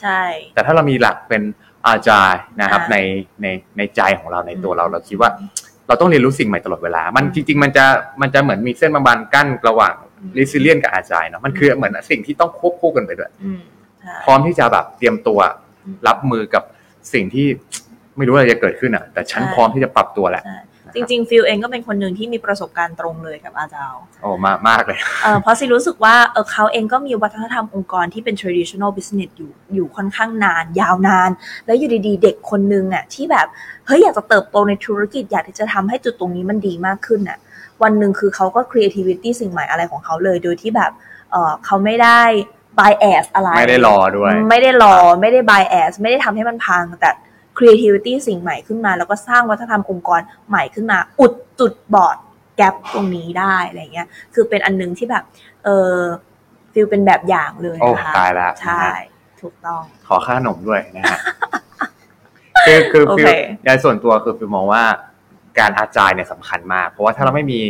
S2: ใช่
S1: แต่ถ้าเรามีหลักเป็นอาจารย์นะครับ
S2: อ่า
S1: ในในในใจของเราในตัว
S2: อืม
S1: เราเราคิดว่า เราต้องเรียนรู้สิ่งใหม่ตลอดเวลา มัน
S2: อืม
S1: จริง ๆ มันจะมันจะเหมือนมีเส้นบางๆกั้นระหว่าง
S2: อืม
S1: ริซิเลียนกับอาจารย์เนาะมันคือเหมือนสิ่งที่ต้องควบคู่กันไปด้วย
S2: อืมใช่
S1: พร้อมที่จะแบบเตรียมตัว
S2: อืม
S1: รับมือกับสิ่งที่ ไม่รู้อะไรจะเกิดขึ้นอ่ะ แต่ฉัน
S2: ใช่
S1: พร้อมที่จะปรับตัวแหละ
S2: ใช่จริง ๆ ฟิลเองก็เป็นคนหนึ่งที่มีประสบการณ์ตรงเลยกับอาจารย์
S1: โอ้มากมากเลย
S2: เอ่อเพราะซิรู้สึกว่าเออเขาเองก็มีวัฒนธรรมองค์กรที่เป็น traditional business อยู่อยู่ค่อนข้างนาน ยาวนาน แล้วอยู่ดีๆ เด็กคนนึงอ่ะที่แบบเฮ้ยอยากจะเติบโตในธุรกิจอยากที่จะทำให้จุดตรงนี้มันดีมากขึ้นอ่ะวันหนึ่งคือเขาก็ creativity สิ่งใหม่อะไรของเขาเลย โดยที่แบบเออเขาไม่ได้ bias อะไร
S1: ไม่ได้รอด้วย
S2: ไม่ได้รอไม่ได้ bias ไม่ได้ทำให้มันพัง แต่ creativity สิ่งใหม่ขึ้นมา แล้วก็สร้างวัฒนธรรมองค์กรใหม่ขึ้นมา อุดจุดบอดแกลบตรงนี้ได้อะไรเงี้ยคือเป็นอันหนึงที่แบบ เออฟิลเป็นแบบอย่างเลย
S1: โอ้
S2: นะคะ
S1: ตายแล้ว
S2: ใช่ ถูกต้อง
S1: ขอค่าขนมด้วยนะ ฮะ คือคือ
S2: โอ
S1: ฟิ
S2: เค
S1: ลในส่วนตัวคือฟิลมองว่าการอาจารย์เนี่ยสำคัญมาก เพราะว่าถ้าเราไม่มี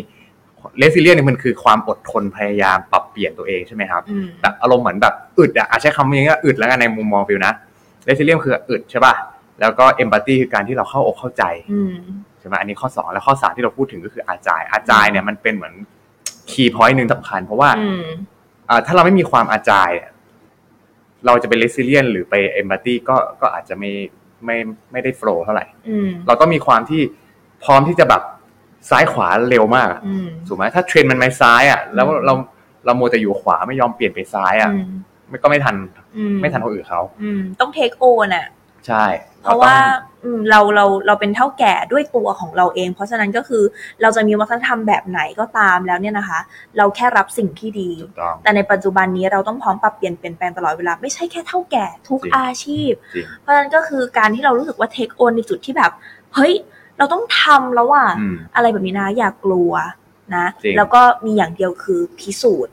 S1: เลสิเลียนเนี่ยมันคือความอดทนพยายามปรับเปลี่ยนตัวเองใช่ไหมครับ
S2: อืม
S1: แบบอารมณ์เหมือนแบบอึดอะอ่ะใช้คำนี้ก็อึดแล้วกันในมุมมองฟิวนะเรซิเลียมคืออึดใช่ป่ะ แล้วก็เอมพัตตีคือการที่เราเข้าอกเข้าใจ
S2: อืม
S1: ใช่ไหมอันนี้ข้อ 2 แล้วข้อ 3 ที่เราพูดถึงก็คืออาจารย์อาจารย์เนี่ยมันเป็นเหมือนคีย์พอยต์หนึ่งสำคัญ เพราะว่า
S2: อืม
S1: อ่าถ้าเราไม่มีความอาจารย์เนี่ยเราจะไปเรซิเลียนหรือไปเอมพัตตีก็ก็อาจจะไม่ไม่ไม่ได้โฟล์เท่าไหร่
S2: อืม
S1: เราต้องมีความที่พร้อมที่จะแบบซ้ายขวาเร็วมากอะ
S2: อืม
S1: ถูกไหมถ้าเทรนด์มันไม่ซ้ายอะแล้ว
S2: อืม
S1: เราเราโมวแต่อยู่ขวาไม่ยอมเปลี่ยนไปซ้ายอะมันก็ไม่ทัน
S2: อื
S1: ไม่ทันคนอื่นเขา
S2: อืม ต้องเทคโอน่ะ
S1: ใช่
S2: เพราะว่าอืมเราเราเราเป็นเท่าแก่ด้วยตัวของเราเอง เพราะฉะนั้นก็คือเราจะมีวัฒนธรรมแบบไหนก็ตามแล้วเนี่ยนะคะ เราแค่รับสิ่งที่ดี
S1: ถูกต้อง
S2: แต่ในปัจจุบันนี้เราต้องพร้อมปรับเปลี่ยนเปลี่ยนแปลงตลอดเวลาไม่ใช่แค่เท่าแก่ทุก
S1: จริง
S2: อาชีพ
S1: จริง
S2: เพราะฉะนั้นก็คือการที่เรารู้สึกว่าเทคโอนในจุดที่แบบ เฮ้ย เราต้องทำแล้วว่า
S1: อืม
S2: อะไรแบบนี้นะอย่ากลัวนะ
S1: จริง
S2: แล้วก็มีอย่างเดียวคือพิสูจน์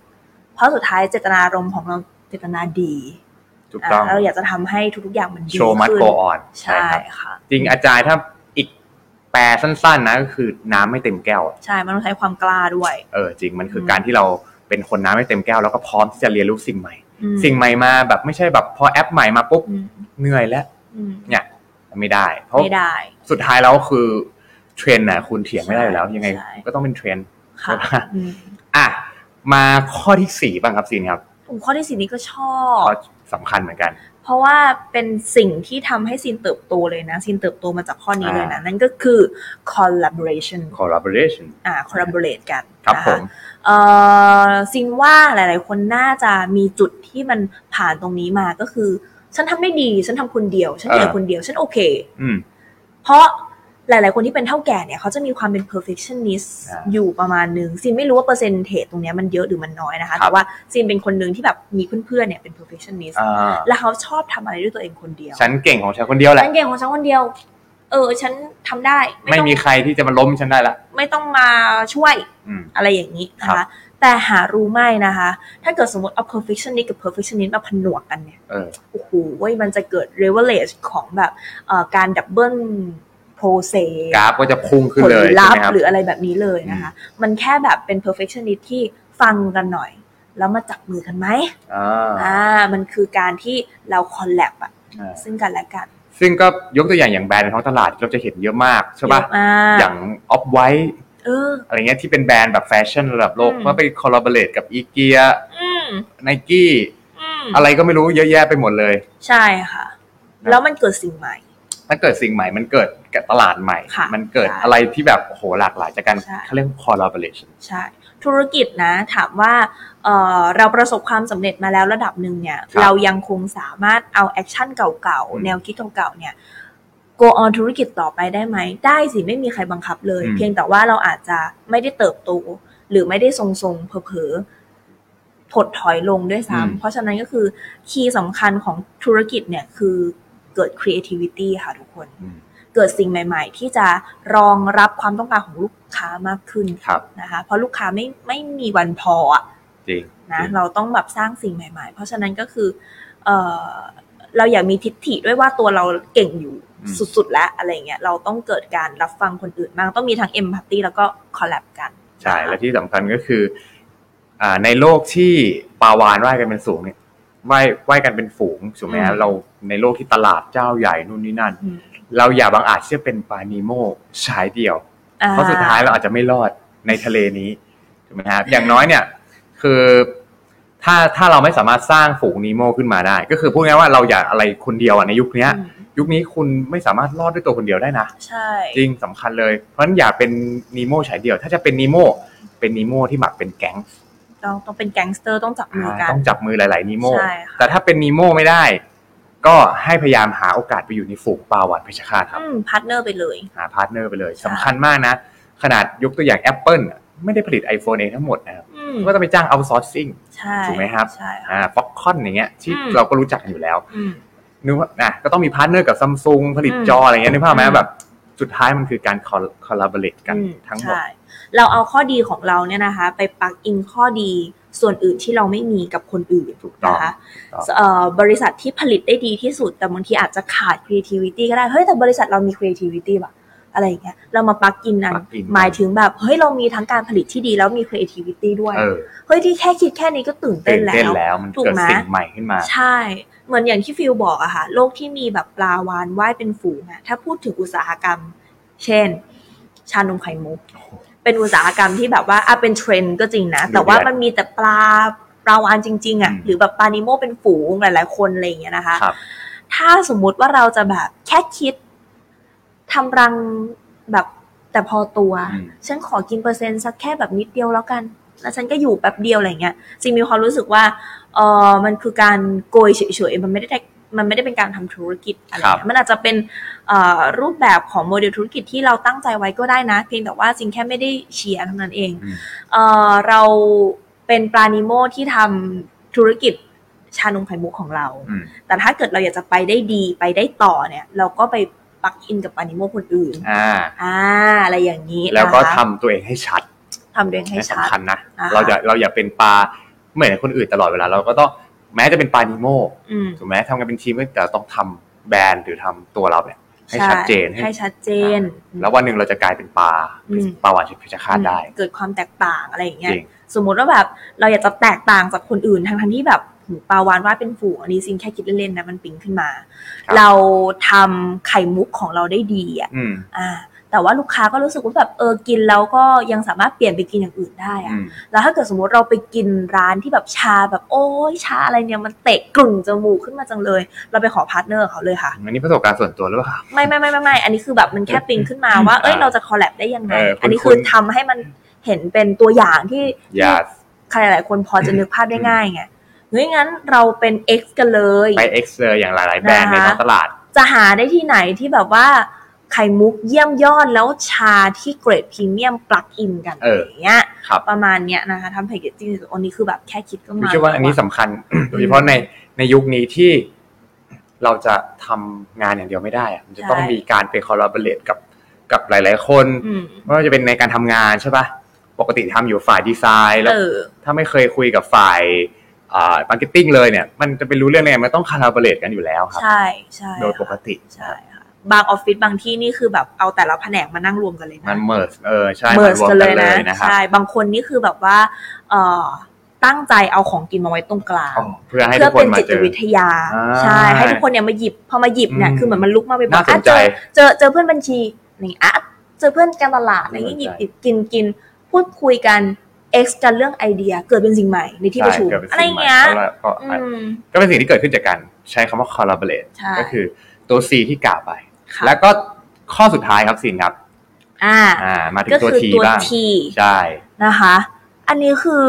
S2: เพราะสุดท้ายเจตนารมณ์ของเราเจตนาดี
S1: ถูก
S2: อ่ะ
S1: ต้อง
S2: เราอยากจะทำให้ทุกๆอย่างมันดี
S1: โชว์มัด
S2: ขึ้น
S1: โกออน
S2: ใช่
S1: ครับ
S2: ค่ะ
S1: จริงอาจารย์ถ้าอีกแปลสั้น ๆ นะก็คือน้ำไม่เต็มแก้วอะ
S2: ใช่ มันต้องใช้ความกล้าด้วย
S1: เออจริงมันคืออ
S2: ม
S1: การที่เราเป็นคนน้ำไม่เต็มแก้วแล้วก็พร้อมที่จะเรียนรู้สิ่งใหม่
S2: อืม
S1: สิ่งใหม่มาแบบไม่ใช่แบบพอแอปใหม่มาปุ๊บ
S2: อืม
S1: เหนื่อยแล้ว
S2: อืม
S1: เนี่ยไม่ได้ เพราะ
S2: ไม่ได้
S1: สุดท้ายแล้วคือเทรนด์น่ะคุณเถียงไม่ได้อยู่แล้ว ยังไง
S2: ใช่
S1: ก็ต้องเป็นเทรนด์
S2: ค่ะ
S1: ใช่ปะ
S2: อืม
S1: อ่ะมาข้อที่สี่บ้างครับซีนครับ
S2: โอ้ข้อที่สี่นี้ก็ชอบ
S1: ข้อสำคัญเหมือนกัน
S2: เพราะว่าเป็นสิ่งที่ทำให้ซินเติบโตเลยนะซินเติบโตมาจากข้อนี้เลยนะ นั่นก็คือ collaboration
S1: collaboration
S2: อ่า collaborate กัน
S1: ครับ
S2: นะะ
S1: ผม
S2: เออซินว่าหลาย ๆ คนน่าจะมีจุดที่มันผ่านตรงนี้มาก็คือ ฉันทำได้ดี ฉันทำคนเดียว ฉันเหลือ
S1: เออ
S2: คนเดียว ฉันโอเค
S1: อืม
S2: เพราะหลาย ๆ คนที่เป็นเท่าแก่เนี่ยเขาจะมีความเป็น perfectionist
S1: อ่า
S2: อยู่ประมาณหนึ่งซินไม่รู้ว่าเปอร์เซ็นต์เทตรงเนี้ยมันเยอะหรือมันน้อยนะคะ
S1: ครับ
S2: แต่ว่าซินเป็นคนหนึ่งที่แบบมีเพื่อน ๆ เนี่ยเป็น perfectionist
S1: อ่า
S2: แล้วเขาชอบทำอะไรด้วยตัวเองคนเดียว
S1: ฉันเก่งของฉันคนเดียวแหละ
S2: ฉันเก่งของฉันคนเดียว เออ ฉันทำได้
S1: ไม่
S2: ต้อง
S1: มีใครที่จะมาล้มฉันได้ละ
S2: ไม่ต้องมาช่วย
S1: อืม
S2: อะไรอย่างนี้นะ
S1: ครั
S2: คะ
S1: บ
S2: แต่หารู้ไม่นะคะ ถ้าเกิดสมมติเอา perfectionist กับ perfectionist มาผนวกกันเนี่ย
S1: เออ
S2: โอ้โหเว้ยมันจะเกิด leverage ของแบบเอ่อการ double process
S1: กราฟก็จะพุ่งขึ้น
S2: ผล
S1: เลยใช่
S2: ลัพ
S1: ไหม
S2: ธ์
S1: ครับ
S2: หรืออะไรแบบนี้เลยนะคะ มันแค่แบบเป็น perfectionist ที่ฟังกันหน่อย แล้วมาจับมือกันไหม
S1: อ่า
S2: อ่า มันคือการที่เรา collab อะ
S1: อ่า
S2: ซึ่งกันและกัน
S1: ซึ่งก็ยกตัวอย่างอย่างแบรนด์ในท้องตลาดเราจะเห็นเยอะมากใช่ป่ะ
S2: เยอมาก
S1: อย่างออฟไว e
S2: เออ
S1: อะไรเงี้ยที่เป็นแบรนด์แบบแฟชั่นระดับโลก
S2: อืม
S1: ก็ไปคอลลาบอร์เรกับอีเกีย
S2: อืม
S1: ไนกี้
S2: อืม
S1: อะไรก็ไม่รู้เยอะแยะไปหมดเลย
S2: ใช่ค่ะ แล้วมันเกิดสิ่งใหม่
S1: ถ้าเกิดสิ่งใหม่มันเกิดกับตลาดใหม่
S2: ค่ะ
S1: มันเกิด
S2: ใช่
S1: อะไรที่แบบโอ้โหหลากหลายจากการ
S2: ใช่
S1: เขาเรียก collaboration
S2: ใช่ ธุรกิจนะ ถามว่าเอ่อเราประสบความสำเร็จมาแล้วระดับหนึ่งเนี่ย
S1: ครับ
S2: เรายังคงสามารถเอาแอคชั่นเก่า
S1: อืม
S2: ๆ แนวคิดเก่าๆ เนี่ย go on ธุรกิจต่อไปได้ไหม ได้สิไม่มีใครบังคับเลย
S1: อืม
S2: เพียงแต่ว่าเราอาจจะไม่ได้เติบโต หรือไม่ได้ทรงๆเผลอๆถดถอยลงด้วย
S1: อืม
S2: ซ้ำเพราะฉะนั้นก็คือคีย์สำคัญของธุรกิจเนี่ยคือเกิด creativity ค่ะทุกคน
S1: อืม
S2: เกิดสิ่งใหม่ ๆ ที่จะรองรับความต้องการของลูกค้ามากขึ้น
S1: ครับ
S2: นะคะเพราะลูกค้าไม่ไม่มีวันพออะ
S1: จริง
S2: นะ
S1: จริง
S2: เราต้องแบบสร้างสิ่งใหม่ ๆ เพราะฉะนั้นก็คือเออเราอย่ามีทิฏฐิด้วยว่าตัวเราเก่งอยู่
S1: อืม
S2: สุดๆ แล้วอะไรเงี้ยเราต้องเกิดการรับฟังคนอื่นมากต้องมีทั้งเอมพัตตีแล้วก็คอลแลบกัน
S1: ใช่
S2: นค
S1: และที่สำคัญก็คืออ่าในโลกที่ปลาวานว่ายกันเป็นสูงเนี่ยว่ายว่ายกันเป็นฝูงถูกไหมฮะเราในโลกที่ตลาดเจ้าใหญ่นู่นนี่นั่น
S2: อืม
S1: เราอย่าบังอาจที่จะเป็นปลานีโมสายเดียว
S2: อ่
S1: เพราะสุดท้ายเราอาจจะไม่รอดในทะเลนี้ถูกไหมครับอย่างน้อยเนี่ย คือถ้าถ้าเราไม่สามารถสร้างฝูงนีโมขึ้นมาได้ ก็คือพูดง่ายๆว่าเราอย่าอะไรคนเดียวอ่ะในยุคเนี้ย
S2: อืม
S1: ยุคนี้คุณไม่สามารถรอดด้วยตัวคนเดียวได้นะ
S2: ใช่
S1: จริงสำคัญเลย เพราะฉะนั้นอย่าเป็นนีโมฉายเดี่ยว ถ้าจะเป็นนีโมเป็นนีโมที่หมักเป็นแก๊ง
S2: ต้องต้องเป็นแก๊งสเตอร์ต้องจับมือกัน
S1: ต้องจับมือหลาย ๆนีโม
S2: ใช่ค่ะ
S1: แต่ถ้าเป็นนีโมไม่ได้ ก็ให้พยายามหาโอกาสไปอยู่ในฝูงปลาหวานเพชฌฆาตครับ
S2: พาร์ทเนอร์ไปเลย
S1: หาพาร์ทเนอร์ไปเลย
S2: ใช่
S1: สำคัญมากนะ ขนาดยกตัวอย่าง Apple อะไม่ได้ผลิต iPhone เองทั้งหมดนะครับ
S2: อืม
S1: ก็ต้องไปจ้างเอาซอร์ซิ่ง
S2: ใช่
S1: ถูกไหมครับ
S2: ใช่ค่ะ
S1: อ่าฟ็อกคอนอย่างเงี้ยที่
S2: อืม
S1: เราก็รู้จักกันอยู่แล้ว
S2: อืม
S1: นึกว่าอ่ะก็ต้องมีพาร์ทเนอร์กับซัมซุงผลิตจออะไรเงี้ยนึกภาพไหม
S2: อืม
S1: แบบสุดท้ายมันคือการคอลลาบอร์เรกัน
S2: อื
S1: ทั้งหมด
S2: ใช่เราเอาข้อดีของเราเนี่ยนะคะ ไปปลักอินข้อดีส่วนอื่นที่เราไม่มีกับคนอื่น
S1: ถูกต้อง
S2: นะคะ
S1: ถูกต้อง
S2: เอ่อบริษัทที่ผลิตได้ดีที่สุด แต่บางทีอาจจะขาด creativity ก็ได้ เฮ้ย แต่บริษัทเรามี creativity ป่ะ อะไรอย่างเงี้ยเรามาปลักอินนั้น
S1: plug in
S2: หมายถึงแบบ เฮ้ย เรามีทั้งการผลิตที่ดีแล้วมี creativity ด้วย
S1: เออ
S2: เฮ้ย ที่แค่คิดแค่นี้ก็ตื่นเต้
S1: ตื่
S2: น
S1: น
S2: แล้
S1: เต้น
S2: ว
S1: แล้วมัน
S2: ถูก
S1: เกิด
S2: ไหม
S1: สิ่งใหม่ขึ้นมา
S2: ใช่ เหมือนอย่างที่ฟิลบอกอะค่ะ โลกที่มีแบบปลาวานว่ายเป็นฝูงอะถ้าพูดถึงอุตสาหกรรม เช่น ชานมไข่มุก เป็นอุตสาหกรรมที่แบบว่าอะเป็นเทรนด์ก็จริงนะ
S1: ดู
S2: แต่ว่า
S1: เดือด
S2: มันมีแต่ปลาปลาวานจริง ๆอะ
S1: อืม
S2: หรือแบบปลานิโมเป็นฝูงหลายๆ คนอะไรอย่างเงี้ยนะคะ
S1: ครับ
S2: ถ้าสมมุติว่าเราจะแบบแค่คิดทำรังแบบแต่พอตัว
S1: อืม
S2: ฉันขอกินเปอร์เซ็นต์สักแค่แบบนิดเดียวแล้วกัน แล้วฉันก็อยู่แป๊บเดียวอะไรเงี้ยจริงมีความรู้สึกว่าเออมันคือการโกยเฉยๆมันไม่ได้ได้มันไม่ได้เป็นการทำธุรกิจอะไร
S1: ครับ
S2: เงี้ยมันอาจจะเป็นเอ่อรูปแบบของโมเดลธุรกิจที่เราตั้งใจไว้ก็ได้นะ เพียงแต่ว่าจริงแค่ไม่ได้เชียร์เท่านั้นเอง
S1: อืม
S2: เอ่อเราเป็นปลานิโมที่ทำธุรกิจชานมไข่มุกของเรา
S1: อืม
S2: แต่ถ้าเกิดเราอยากจะไปได้ดีไปได้ต่อเนี่ย เราก็ไปปลักอินกับปานิโมคนอื่น
S1: อ่า
S2: อ่าอะไรอย่างนี้นะคะ
S1: แล้วก็ทำตัวเองให้ชัด
S2: ทำเดวเองให้ชั
S1: สำ
S2: ด
S1: คัญนะ
S2: อ่า
S1: เราจะเราอย่าเป็นปลาเหมือนคนอื่นตลอดเวลาเราก็ต้องแม้จะเป็นปลานิโม
S2: อืม
S1: ถูกไหมทำกันเป็นทีมก็แต่ต้องทำแบรนด์หรือทำตัวเราเนี่ยให้ชัดเจน
S2: ใให้ชัดเจน
S1: แล้ววันหนึ่งเราจะกลายเป็นปลา
S2: อืม
S1: ปลาหวานชนิดพิชคาตได้
S2: อืมเกิดความแตกต่างอะไรอย่างเงี้
S1: จ
S2: ย
S1: ริง
S2: สมมุติว่าแบบเราอยากจะแตกต่างจากคนอื่นทั้งทัที่แบบ หมูปลาวานวาดเป็นฝูงอันนี้ซินแค่คิดเล่นๆนะมันปิ๊งขึ้นมา
S1: ครับ
S2: เราทำไข่มุกของเราได้ดีอ่ะ
S1: อืม
S2: อ่า แต่ว่าลูกค้าก็รู้สึกว่าแบบเออกินแล้วก็ยังสามารถเปลี่ยนไปกินอย่างอื่นได้
S1: อื
S2: อ่ะ
S1: ม
S2: แล้วถ้าเกิดสมมติเราไปกินร้านที่แบบชาแบบโอ้ยชาอะไรเนี่ยมันเตะกลุ่นจมูกขึ้นมาจังเลย เราไปขอพาร์ทเนอร์เขาเลยค่ะ
S1: อันนี้ประสบการณ์ส่วนตัวหรือเปล่า
S2: ไม่ไม่ไม่ไม่ไม่อันนี้คือแบบมันแค่ปิงขึ้นมาว่า เอ้ย
S1: อ่า
S2: เราจะคอลแลบได้ยังไง
S1: เออคุ้นๆ
S2: อันนี้คือทำให้มันเห็นเป็นตัวอย่างที่
S1: อย่า
S2: ใครหลายๆคนพอจะนึกภาพได้ง่ายไงเฮ้ยงั้นเราเป็น X กันเลย
S1: ไปเอ็กซ์เลยอย่างหลายๆแบรนด์ในท้องตลาด
S2: จะหาได้ที่ไหนที่แบบว่าไข่มุกเยี่ยมยอดแล้วชาที่เกรดพรีเมียมปลักอินกัน
S1: เอออย่าง
S2: เงี้ย
S1: ครับ
S2: ประมาณเนี้ยนะคะทำแพคเกจจิ้งอันนี้คือแบบแค่คิดก็
S1: ผม
S2: มา
S1: คิดว่าอันนี้
S2: แล้วะ
S1: สำคัญ โดยเฉพาะในในยุคนี้ที่เราจะทำงานอย่างเดียวไม่ได้อะมันจะต้อง
S2: ใช่
S1: มีการไปคอลลาบเรตกับกับหลาย ๆ คน
S2: อืม
S1: ไม่ว่าจะเป็นในการทำงานใช่ปะปกติทำอยู่ฝ่ายดีไซน์แล้ว
S2: เออ
S1: ถ้าไม่เคยคุยกับฝ่ายอ่ามาร์เก็ตติ้งเลยเนี่ย มันจะไปรู้เรื่องได้ไงมันต้องคาราบเรตกันอยู่แล้วครับ
S2: ใช่ใช่
S1: โดยปกติ
S2: ใช่ค่ะบางออฟฟิศบางที่นี่คือแบบเอาแต่ละแผนกมานั่งรวมกันเลยนะ
S1: มันเมิร์สเออใช่
S2: เมิ
S1: มั
S2: ร์
S1: น
S2: ส
S1: รวม
S2: กัน
S1: กั
S2: เล
S1: น
S2: ย
S1: เล
S2: นะ
S1: ยนะครับ
S2: ใช่บางคนนี่คือแบบว่าเอ่อตั้งใจเอาของกินมาไว้ตรงกลาง
S1: เพื่อให้ทุ
S2: เพื่อก
S1: ค
S2: เป็น น
S1: มา
S2: จิต
S1: เจอ
S2: วิทยา
S1: อ่า
S2: ใช่ ให้ทุกคนเนี่ยมาหยิบพอมาหยิบเนี่ย
S1: อืม
S2: คือเหมือนมันลุกมาไปบอ
S1: น่ากส
S2: อ่ะ
S1: น
S2: เจ
S1: ใจ
S2: อเจอเจอเพื่อนบัญชีนี่อ่ะเจอเพื่อนการตลาดอะไรอย่างงี้หยิบหยิบกินกินพูดคุยกันเอ็กซ์กันเรื่องไอเดียเกิดเป็นสิ่งใหม่ในที่ประชุม
S1: ใกิดป็น
S2: อะไรอ
S1: สิ่
S2: ย่าง
S1: ใหม่
S2: เงี้ย
S1: ก็
S2: อืม
S1: ก็เป็นสิ่งที่เกิดขึ้นจากการใช้คำว่า collaborate
S2: ใช่
S1: ก็คือตัว C ที่กล่าวไป
S2: ค่ะ
S1: แล้วก็ข้อสุดท้ายครับสินครับ
S2: อ่า
S1: อ่า มาถึง
S2: ก็
S1: ตัว
S2: คือ
S1: T
S2: ตัว
S1: บ้าง
S2: T
S1: ใช่
S2: นะคะ อันนี้คือ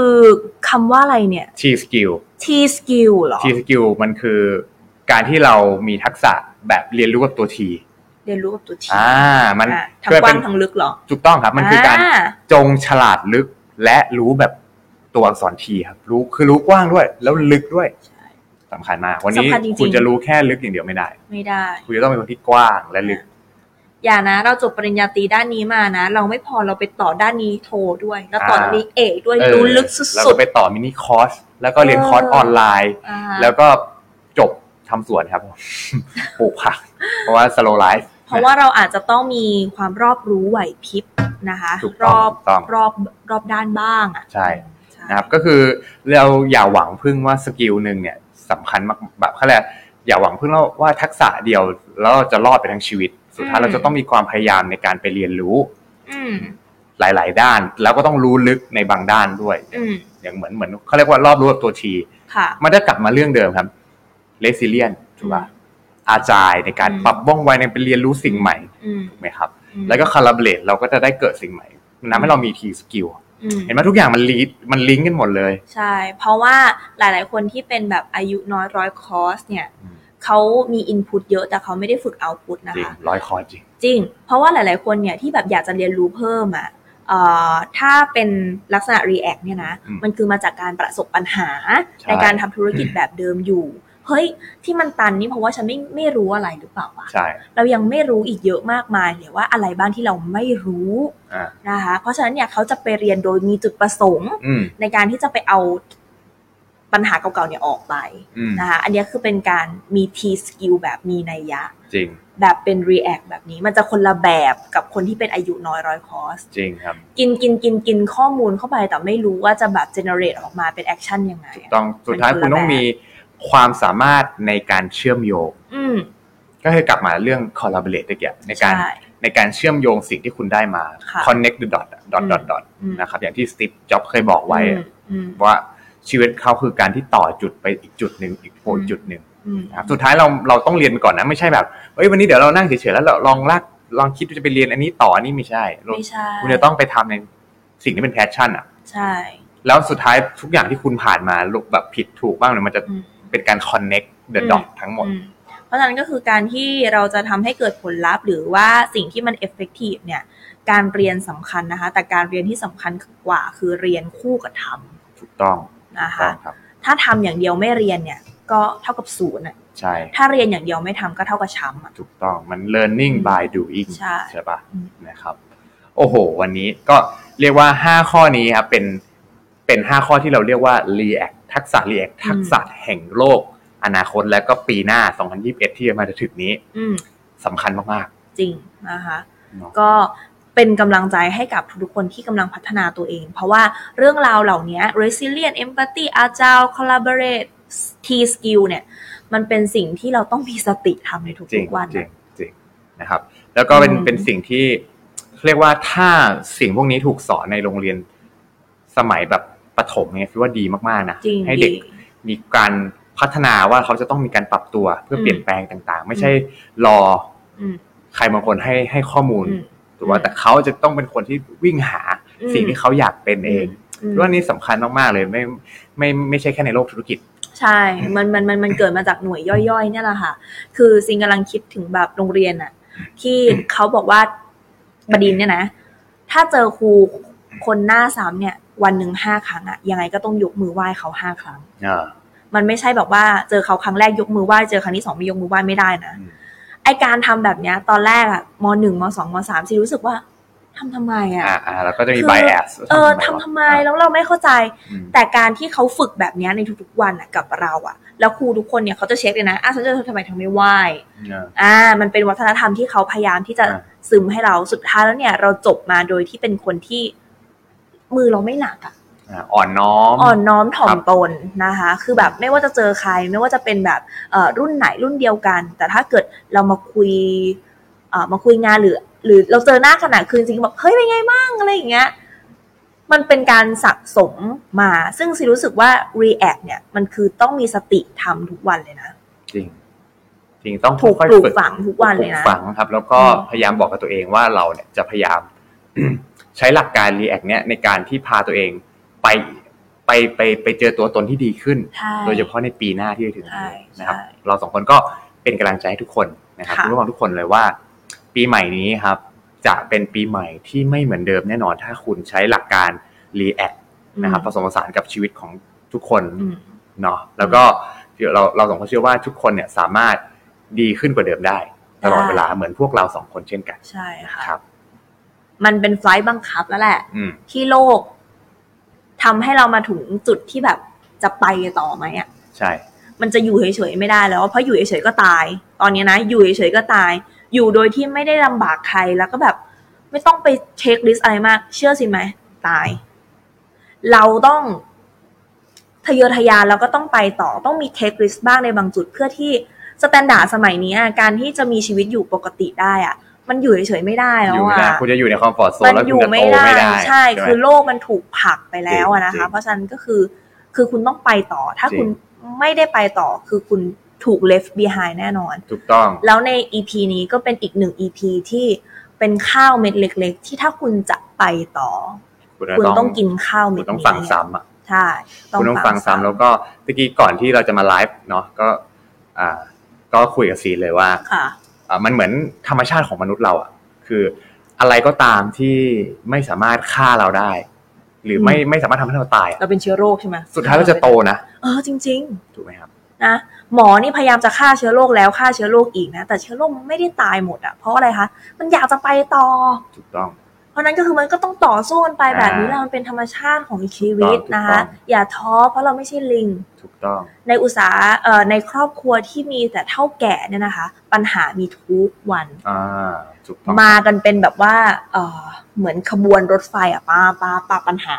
S2: คำว่าอะไรเนี่ย
S1: T skill
S2: T skill เหรอ
S1: T skill มันคือการที่เรามีทักษะแบบเรียนรู้กับตัว T
S2: เรียนรู้กับตัว T
S1: อ่า มัน
S2: อ่ะทั้ง
S1: เพื่อก
S2: ว้า
S1: เป็
S2: ง
S1: น
S2: ทั้งลึกเหรอ
S1: ถูกต้องครับ มันคือการ
S2: า
S1: จงฉลาดลึกและรู้แบบตัวอักษร T ครับ รู้คือรู้กว้างด้วย แล้วลึกด้วย
S2: ใช่
S1: สำคัญมาก วันนี้
S2: สำคัญจริงๆ
S1: คุณจะรู้แค่ลึกอย่างเดียวไม่ได้
S2: ไม่ได้
S1: คุณจะต้องเป็นคนที่กว้างและลึก
S2: อย่านะ เราจบปริญญาตรีด้านนี้มานะ เราไม่พอเราไปต่อด้านนี้โทด้วย แล้วต่อด้านนี้เอกด้วย
S1: เออ
S2: รู้ลึกส
S1: แล้ว
S2: ุ
S1: ก็
S2: ด
S1: ไปต่อมินิคอร์ส แล้วก็เรียน
S2: เออ
S1: คอร์สออนไลน์
S2: ๆอ่า
S1: แล้วก็จบทำสวนครับผม ปลูกผัก เพราะว่า slow life
S2: เพราะว่าเราอาจจะต้องมีความรอบรู้ไหวพริบนะคะ
S1: ถูก
S2: ร
S1: ต้อง
S2: อบ
S1: ถูกต้อง
S2: รอบรอบด้านบ้างอ่ะ
S1: ใช่
S2: ใช่
S1: นะครับ ก็คือเราอย่าหวังพึ่งว่าสกิลหนึ่งเนี่ยสำคัญมากแบบเขาเรียกอย่าหวังพึ่งว่าทักษะเดียวแล้วเราจะรอดไปทั้งชีวิต สุดท้ายเราจะต้องมีความพยายามในการไปเรียนรู้
S2: อืม
S1: หลาย ๆ ด้าน แล้วก็ต้องรู้ลึกในบางด้านด้วย
S2: อืม
S1: อย่างเหมือนเหมือนเขาเรียกว่ารอบรู้แบบตัวที
S2: ค่ะ
S1: มันจะกลับมาเรื่องเดิมครับ resilient ถูกป่ะอาจายในการ
S2: อืม
S1: ปรับว่องไวในไปเรียนรู้สิ่งใหม่
S2: อืม
S1: ถูกไหมครับ
S2: อืม
S1: แล้วก็ collaborate เราก็จะได้เกิดสิ่งใหม่มันทำให้เรามี T skill
S2: อืม
S1: เห็นไหมทุกอย่างมัน lead มันลิงก์กันหมดเลย
S2: ใช่ เพราะว่าหลาย ๆ คนที่เป็นแบบอายุน้อยร้อยคอร์สเนี่ย
S1: อืม
S2: เขามีอินพุตเยอะแต่เขาไม่ได้ฝึกเอาพุตนะ
S1: จริง
S2: คะ
S1: ร้อยคอร์สจริง
S2: จริง เพราะว่าหลาย ๆ คนเนี่ยที่แบบอยากจะเรียนรู้เพิ่มอะเอ่อถ้าเป็นลักษณะ React เนี่ยนะ
S1: อืม
S2: มันคือมาจากการประสบปัญหา
S1: ใช่
S2: ในการทำธุรกิจแบบเดิมอยู่ เฮ้ย ที่มันตันนี่เพราะว่าฉันไม่ไม่รู้อะไรหรือเปล่าวะ
S1: ใช่
S2: เรายังไม่รู้อีกเยอะมากมายเลยว่าอะไรบ้างที่เราไม่รู้
S1: อ่า
S2: นะคะ เพราะฉะนั้นเนี่ยเขาจะไปเรียนโดยมีจุดประสงค์
S1: อืม
S2: ในการที่จะไปเอาปัญหาเก่าๆเนี่ยออกไป
S1: อืม
S2: นะคะ อันเนี้ยคือเป็นการมี T skill แบบมีนัยยะ
S1: จริง
S2: แบบเป็น react แบบนี้ มันจะคนละแบบกับคนที่เป็นอายุน้อยร้อยคอร์ส
S1: จริงครับ
S2: กินกินกินกินข้อมูลเข้าไปแต่ไม่รู้ว่าจะแบบ generate ออกมาเป็น action ยังไงอะ
S1: ต้องสุดท้ายคุณต้องมีความสามารถในการเชื่อมโยง
S2: อืม
S1: ก็คือกลับมาเรื่อง collaborate ตะเกียบในการ
S2: ใช่
S1: ในการเชื่อมโยงสิ่งที่คุณได้มา
S2: ค่ะ
S1: connect the dot อะ dot dot dot
S2: อืม
S1: นะครับอย่างที่สตีฟจ็อบส์เคยบอกไว้อะ
S2: อืม
S1: ว่าชีวิตเขาคือการที่ต่อจุดไปอีกจุดหนึ่งอีกโผล่
S2: อืม
S1: จุดหนึ่ง
S2: อืม
S1: นะครับสุดท้ายเราเราต้องเรียนก่อนนะ ไม่ใช่แบบเอ้ยวันนี้เดี๋ยวเรานั่งเฉยๆแล้วเราลองลากลองคิดว่าจะไปเรียนอันนี้ต่ออันนี้ไม่ใช่เรา
S2: ไม่ใช่
S1: คุณจะต้องไปทำในสิ่งที่เป็นแพชชั่นอ่ะ
S2: ใช่
S1: แล้วสุดท้ายทุกอย่างที่คุณผ่านมาลูกแบบผิดถูกบ้างเนี่ยมันจะ
S2: อืม
S1: เป็นการ connect the
S2: อืม
S1: dot ทั้งหมด
S2: อืมเพราะฉะนั้นก็คือการที่เราจะทำให้เกิดผลลัพธ์ หรือว่าสิ่งที่มัน effective เนี่ย การเรียนสำคัญนะคะ แต่การเรียนที่สำคัญกว่าคือเรียนคู่กับท
S1: ถูกต้อง
S2: ำนะ
S1: ต้
S2: คะ
S1: องครับ
S2: ถ้าทำอย่างเดียวไม่เรียนเนี่ย ก็เท่ากับศูนย์อะ
S1: ใช่
S2: ถ้าเรียนอย่างเดียวไม่ทำก็เท่ากับช้ำอะ
S1: ถูกต้องมัน learning by doing
S2: ใช่
S1: ใช่ปะ
S2: อืม
S1: นะครับ โอ้โห วันนี้ก็เรียกว่า 5 ข้อนี้ครับเป็นเป็น5ข้อที่เราเรียกว่า React ทักษะ React ทักษะแห่งโลก อนาคตและก็ปีหน้า 2021 ที่จะมาถึงนี้
S2: อืม
S1: สำคัญมาก
S2: จริงนะคะ
S1: ๆเนอะ
S2: ก็เป็นกำลังใจให้กับทุกๆคนที่กำลังพัฒนาตัวเอง เพราะว่าเรื่องราวเหล่านี้ resilient empathy agile collaborate T skill เนี่ย มันเป็นสิ่งที่เราต้องมีสติทำใน
S1: จริ
S2: ทุ
S1: ง
S2: กๆวัน
S1: จริงจริงนะครับ แล้วก็เป็น
S2: อืม
S1: เป็นสิ่งที่เรียกว่าถ้าสิ่งพวกนี้ถูกสอนในโรงเรียนสมัยแบบประถมเนี่ยคือว่าดีมากๆนะ
S2: จริง
S1: ให้เด็ก
S2: ดี
S1: มีการพัฒนาว่าเขาจะต้องมีการปรับตัวเพื่ออ
S2: ม
S1: เปลี่ยนแปลงต่างๆ ไม่ใช่รออ
S2: ม
S1: ใครบางคนให้ให้ข้อมูล
S2: อืม
S1: ถูกว่า
S2: อืม
S1: แต่เขาจะต้องเป็นคนที่วิ่งหา
S2: อืม
S1: สิ่งที่เขาอยากเป็นเอง
S2: อืม
S1: เรื่องนี้สำคัญมากๆเลยไม่ไม่ไม่ใช่แค่ในโลกธุรกิจ
S2: ใช่ มัน มัน มัน มันเกิดมาจากหน่วยย่อยๆ เนี่ยแหละค่ะ คือซิงกำลังคิดถึงแบบโรงเรียนอะที่เขาบอกว่าบดินทร์เนี่ยนะ ถ้าเจอครูคนหน้าซ้ำเนี่ย วันหนึ่งห้าครั้งอะยังไงก็ต้องยกมือไหว้เขาห้าครั้ง
S1: อ่า
S2: มันไม่ใช่แบบว่าเจอเขาครั้งแรกยกมือไหว้ เจอครั้งที่สองไม่ยกมือไหว้ไม่ได้นะ
S1: อืม
S2: ไอการทำแบบเนี้ย ตอนแรกอะมหนึ่งมสองมสามซีรู้สึกว่าทำทำไมอะ
S1: อ่าอ่าแล้วก็จะมี
S2: คือ
S1: bias
S2: เออ
S1: วะ
S2: ทำทำไมแล้วเราไม่เข้าใจ
S1: อืม
S2: แต่การที่เขาฝึกแบบเนี้ยในทุกๆวันน่ะกับเราอะแล้วครูทุกคนเนี่ยเขาจะเช็คเลยนะอ้าวฉันจะทำไมทำไม่ไหวอ่า มันเป็นวัฒนธรรมที่เขาพยายามที่จะ
S1: อ่า
S2: ซึมให้เราสุดท้ายแล้วเนี่ย เราจบมาโดยที่เป็นคนที่มือเราไม่หนักอะ
S1: อ่าอ่อนน้อม
S2: อ่อนน้อมถ่อ
S1: ครั
S2: ม
S1: บ
S2: ตนนะคะ คือแบบไม่ว่าจะเจอใคร ไม่ว่าจะเป็นแบบเอ่อรุ่นไหนรุ่นเดียวกัน แต่ถ้าเกิดเรามาคุยเอ่อมาคุยงานหรือ หรือเราเจอหน้าขนาดคือจริงๆแบบเฮ้ยเป็นไงบ้างอะไรอย่างเงี้ย มันเป็นการสะสมมา ซึ่งซีรู้สึกว่า React เนี่ย มันคือต้องมีสติทำทุกวันเลยนะ
S1: จริง จริงต้อง
S2: ถูก
S1: ค่อย
S2: ปลู
S1: ๆ
S2: ก
S1: ฝึก
S2: ฝังทุกวันเลยนะ
S1: ปลูกฝังครับ แล้วก็
S2: อืม
S1: พยายามบอกกับตัวเองว่าเราเนี่ยจะพยายาม ใช้หลักการ React เนี่ยในการที่พาตัวเองไปไปไปไปเจอตัวตนที่ดีขึ้น
S2: ใช่
S1: โดยเฉพาะในปีหน้าที่จะถึงนี้
S2: ใช่
S1: นะครับ
S2: ใช่
S1: เราสองคนก็เป็นกำลังใจให้ทุกคนนะครับ
S2: ค่ะ
S1: คุณผู้ฟังทุกคนเลยว่า ปีใหม่นี้ครับ จะเป็นปีใหม่ที่ไม่เหมือนเดิมแน่นอน ถ้าคุณใช้หลักการ React นะครับผสมผสานกับชีวิตของทุกคน
S2: อืม
S1: เนาะแล้วก็เราเราสองคนเชื่อว่าทุกคนเนี่ยสามารถดีขึ้นกว่าเดิมได้ ตลอด
S2: ได้
S1: เวลาเหมือนพวกเราสองคนเช่นกัน
S2: ใช่ค่ะ
S1: ครับ
S2: มันเป็นไฟลท์บังคับแล้วแหละ
S1: อืม
S2: ที่โลกทำให้เรามาถึงจุดที่แบบจะไปต่อไหมอ่ะ
S1: ใช่
S2: มันจะอยู่เฉยๆไม่ได้แล้วเพราะอยู่เฉยๆก็ตาย ตอนนี้นะ อยู่เฉยๆก็ตาย อยู่โดยที่ไม่ได้ลำบากใครแล้วก็แบบ ไม่ต้องไปเช็คลิสต์อะไรมาก เชื่อสิไหมตาย เราต้องทะเยอทะยานแล้วก็ต้องไปต่อต้องมีเทคลิสต์บ้างในบางจุดเพื่อที่สแตนดาร์ดสมัยนี้อะการที่จะมีชีวิตอยู่ปกติได้อะมันอยู่เฉยๆไม่ได้แล้
S1: อ
S2: ว
S1: ยู่ไม่ได้
S2: อ่ะ
S1: คุณจะอยู่ในคอมฟอร์ทโซ
S2: มัน
S1: แล้ว
S2: อ
S1: คุณ
S2: ยู่
S1: จะโต
S2: ไม่
S1: ไม่
S2: ได้
S1: ได้
S2: ใช่
S1: ไหม
S2: คือโลกมันถูกผลักไปแล้วอะนะ
S1: จริ
S2: คะ
S1: ง
S2: เพราะฉะนั้นก็คือคือคุณต้องไปต่อ ถ้า
S1: จริง
S2: คุณไม่ได้ไปต่อคือคุณถูก left behind แน่นอน
S1: ถูกต้อง
S2: แล้วใน EP นี้ก็เป็นอีกหนึ่ง EP ที่เป็นข้าวเม็ดเล็ก ๆ ที่ถ้าคุณจะไปต่อ
S1: คุณจะ
S2: คุณ
S1: ต้
S2: ต้
S1: อ
S2: องงกินข้าว
S1: คุ
S2: เม็
S1: ณ
S2: ด
S1: ต้อง
S2: นี้
S1: ฟังซ้ำอ่ะ
S2: ใช่
S1: คุณต้องฟังซ้ำแล้วก็เมื่อกี้ก่อนที่เราจะมาไลฟ์เนาะก็ อ่า ก็คุยกับซีนเลยว่า
S2: ค่ะ
S1: อ่ะมันเหมือนธรรมชาติของมนุษย์เราอ่ะ คืออะไรก็ตามที่ไม่สามารถฆ่าเราได้ หรือไม่ไม่สามารถทำให้เราตายอะ
S2: เราเป็นเชื้อโรคใช่ไหม
S1: สุดท้ายเราจะโตนะ
S2: เออจริง ๆ
S1: ถูกไหมครับ
S2: นะหมอนี่พยายามจะฆ่าเชื้อโรคแล้วฆ่าเชื้อโรคอีกนะแต่เชื้อโรคมันไม่ได้ตายหมดอะเพราะอะไรคะมันอยากจะไปต่อ
S1: ถูกต้อง
S2: เพราะนั้นก็คือมันก็ต้องต่อสู้กันไป
S1: อ่า
S2: แบบนี้แหละมันเป็นธรรมชาติของชีวิต
S1: ถูกต้อง
S2: นะคะ
S1: ถูกต้อง
S2: อย่าท้อเพราะเราไม่ใช่ลิง
S1: ถูกต้อง
S2: ในอุตสาหเอ่อในครอบครัวที่มีแต่เท่าแก่เนี่ยนะคะ ปัญหามีทุกวัน
S1: อ่าถูกต้อง
S2: มากันเป็นแบบว่าเอ่อเหมือนขบวนรถไฟอะปาปาปาปัญหา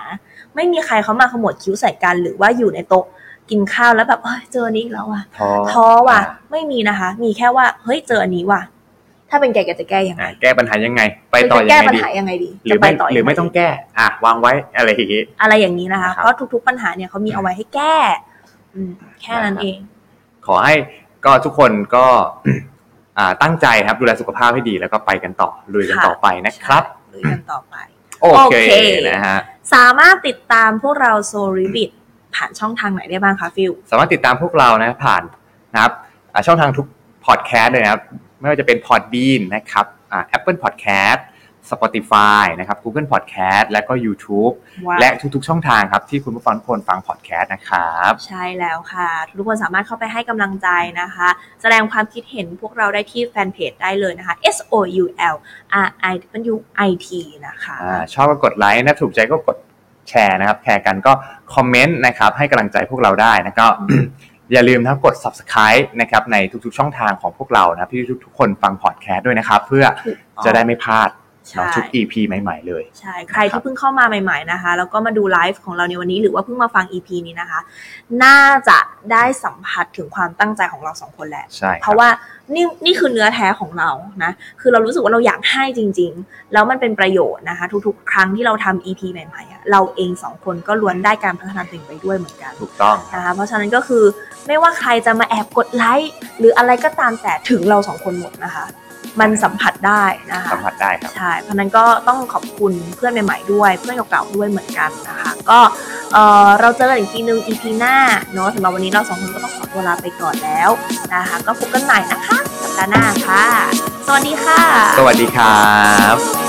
S2: ไม่มีใครเขามาขมวดคิ้วใส่กันหรือว่าอยู่ในโต๊ะกินข้าวแล้วแบบเอ้ยเจออนนี้อีกแล้วอะ
S1: ท้อ
S2: ท้อว่ะ ไม่มีนะคะ มีแค่ว่า เฮ้ยเจออันนี้ว่ะ ถ้าเป็นแกแกจะแก้ยังไง
S1: อ่ะแก้ปัญหายังไง ไปต่อ
S2: จะ
S1: ยัง
S2: แก้
S1: ไง
S2: ปัญ
S1: ดี
S2: หายังไงดี
S1: หรื
S2: จะ
S1: อ
S2: ไป
S1: ไม่
S2: ต่อยัง
S1: ห
S2: ไง
S1: รือไม่ต้องแก้ อ่ะวางไว้อะไรอย่างงี้
S2: อะไรอย่างนี้นะคะ
S1: นะครับ
S2: เพราะทุก ๆ ปัญหาเนี่ยเขามีเอาไว้ให้แก้ อืมแค่นั้นเอง
S1: ขอให้ก็ทุกคนก็ อ่าตั้งใจครับดูแลสุขภาพให้ดีแล้วก็ไปกันต่อลุยกัน
S2: ค่ะ
S1: ต่อไปนะครับ
S2: หรือกันต่อไป
S1: โอเค
S2: โอเค
S1: นะฮะ
S2: สามารถติดตามพวกเราโซลิบิดผ่านช่องทางไหนได้บ้างคะฟิล
S1: สามารถติดตามพวกเรานะผ่านนะครับอ่าช่องทางทุกพอดแคสต์เลยนะครับ ไม่ว่าจะเป็น Podbean นะครับอ่า Apple Podcast Spotify นะครับ Google Podcast และก็ YouTube และทุกๆช่องทางครับ ที่คุณผู้ฟังทุกคนฟังพอดแคสต์นะครับ
S2: ใช่แล้วค่ะ ทุกคนสามารถเข้าไปให้กำลังใจนะคะ แสดงความคิดเห็นพวกเราได้ที่แฟนเพจได้เลยนะคะ S O U L R I W I T นะคะ
S1: อ่าชอบก็กดไลค์นะถูกใจก็กดแชร์นะครับ แชร์กันก็คอมเมนต์นะครับ ให้กำลังใจพวกเราได้นะก็ อย่าลืมนะครับกด subscribe นะครับในทุกๆช่องทางของพวกเรานะครับที่ทุกๆคนฟังพอดแคสต์ด้วยนะครับ เพื่อจะได้ไม่พลาด
S2: ใช่
S1: เนาะทุก EP ใหม่ ๆ เลย
S2: ใช่ ใคร
S1: ครั
S2: ที่
S1: บ
S2: เพิ่งเข้ามาใหม่ ๆนะคะ แล้วก็มาดูไลฟ์ของเราในวันนี้หรือว่าเพิ่งมาฟัง EP นี้นะคะ น่าจะได้สัมผัสถึงความตั้งใจของเราสองคนแหละ
S1: ใช่
S2: เพราะว่านี่นี่คือเนื้อแท้ของเรานะ คือเรารู้สึกว่าเราอยากให้จริง ๆ แล้วมันเป็นประโยชน์นะคะ ทุกๆ ครั้งที่เราทำ EP ใหม่ๆอะเราเองสองคนก็ล้วนได้การพัฒนาตัวเองไปด้วยเหมือนกัน
S1: ถูกต้องครับ
S2: นะคะเพราะฉะนั้นก็คือไม่ว่าใครจะมาแอบกดไลค์หรืออะไรก็ตามแต่ถึงเราสองคนหมดนะคะ มันสัมผัสได้นะคะ
S1: สัมผัสได้ครับ
S2: ใช่เพราะฉะนั้นก็ต้องขอบคุณเพื่อนใหม่ๆด้วย เพื่อนเก่าๆด้วยเหมือนกันนะคะ ก็เอ่อเราเจอกันอีกทีนึง EP หน้าเนาะสำหรับวันนี้เราสองคนก็ต้องขอตัวลาไปก่อนแล้วนะคะ ก็พบกันใหม่นะคะสัปดาห์หน้าค่ะ สวัสดีค่ะ
S1: สวัสดีครับ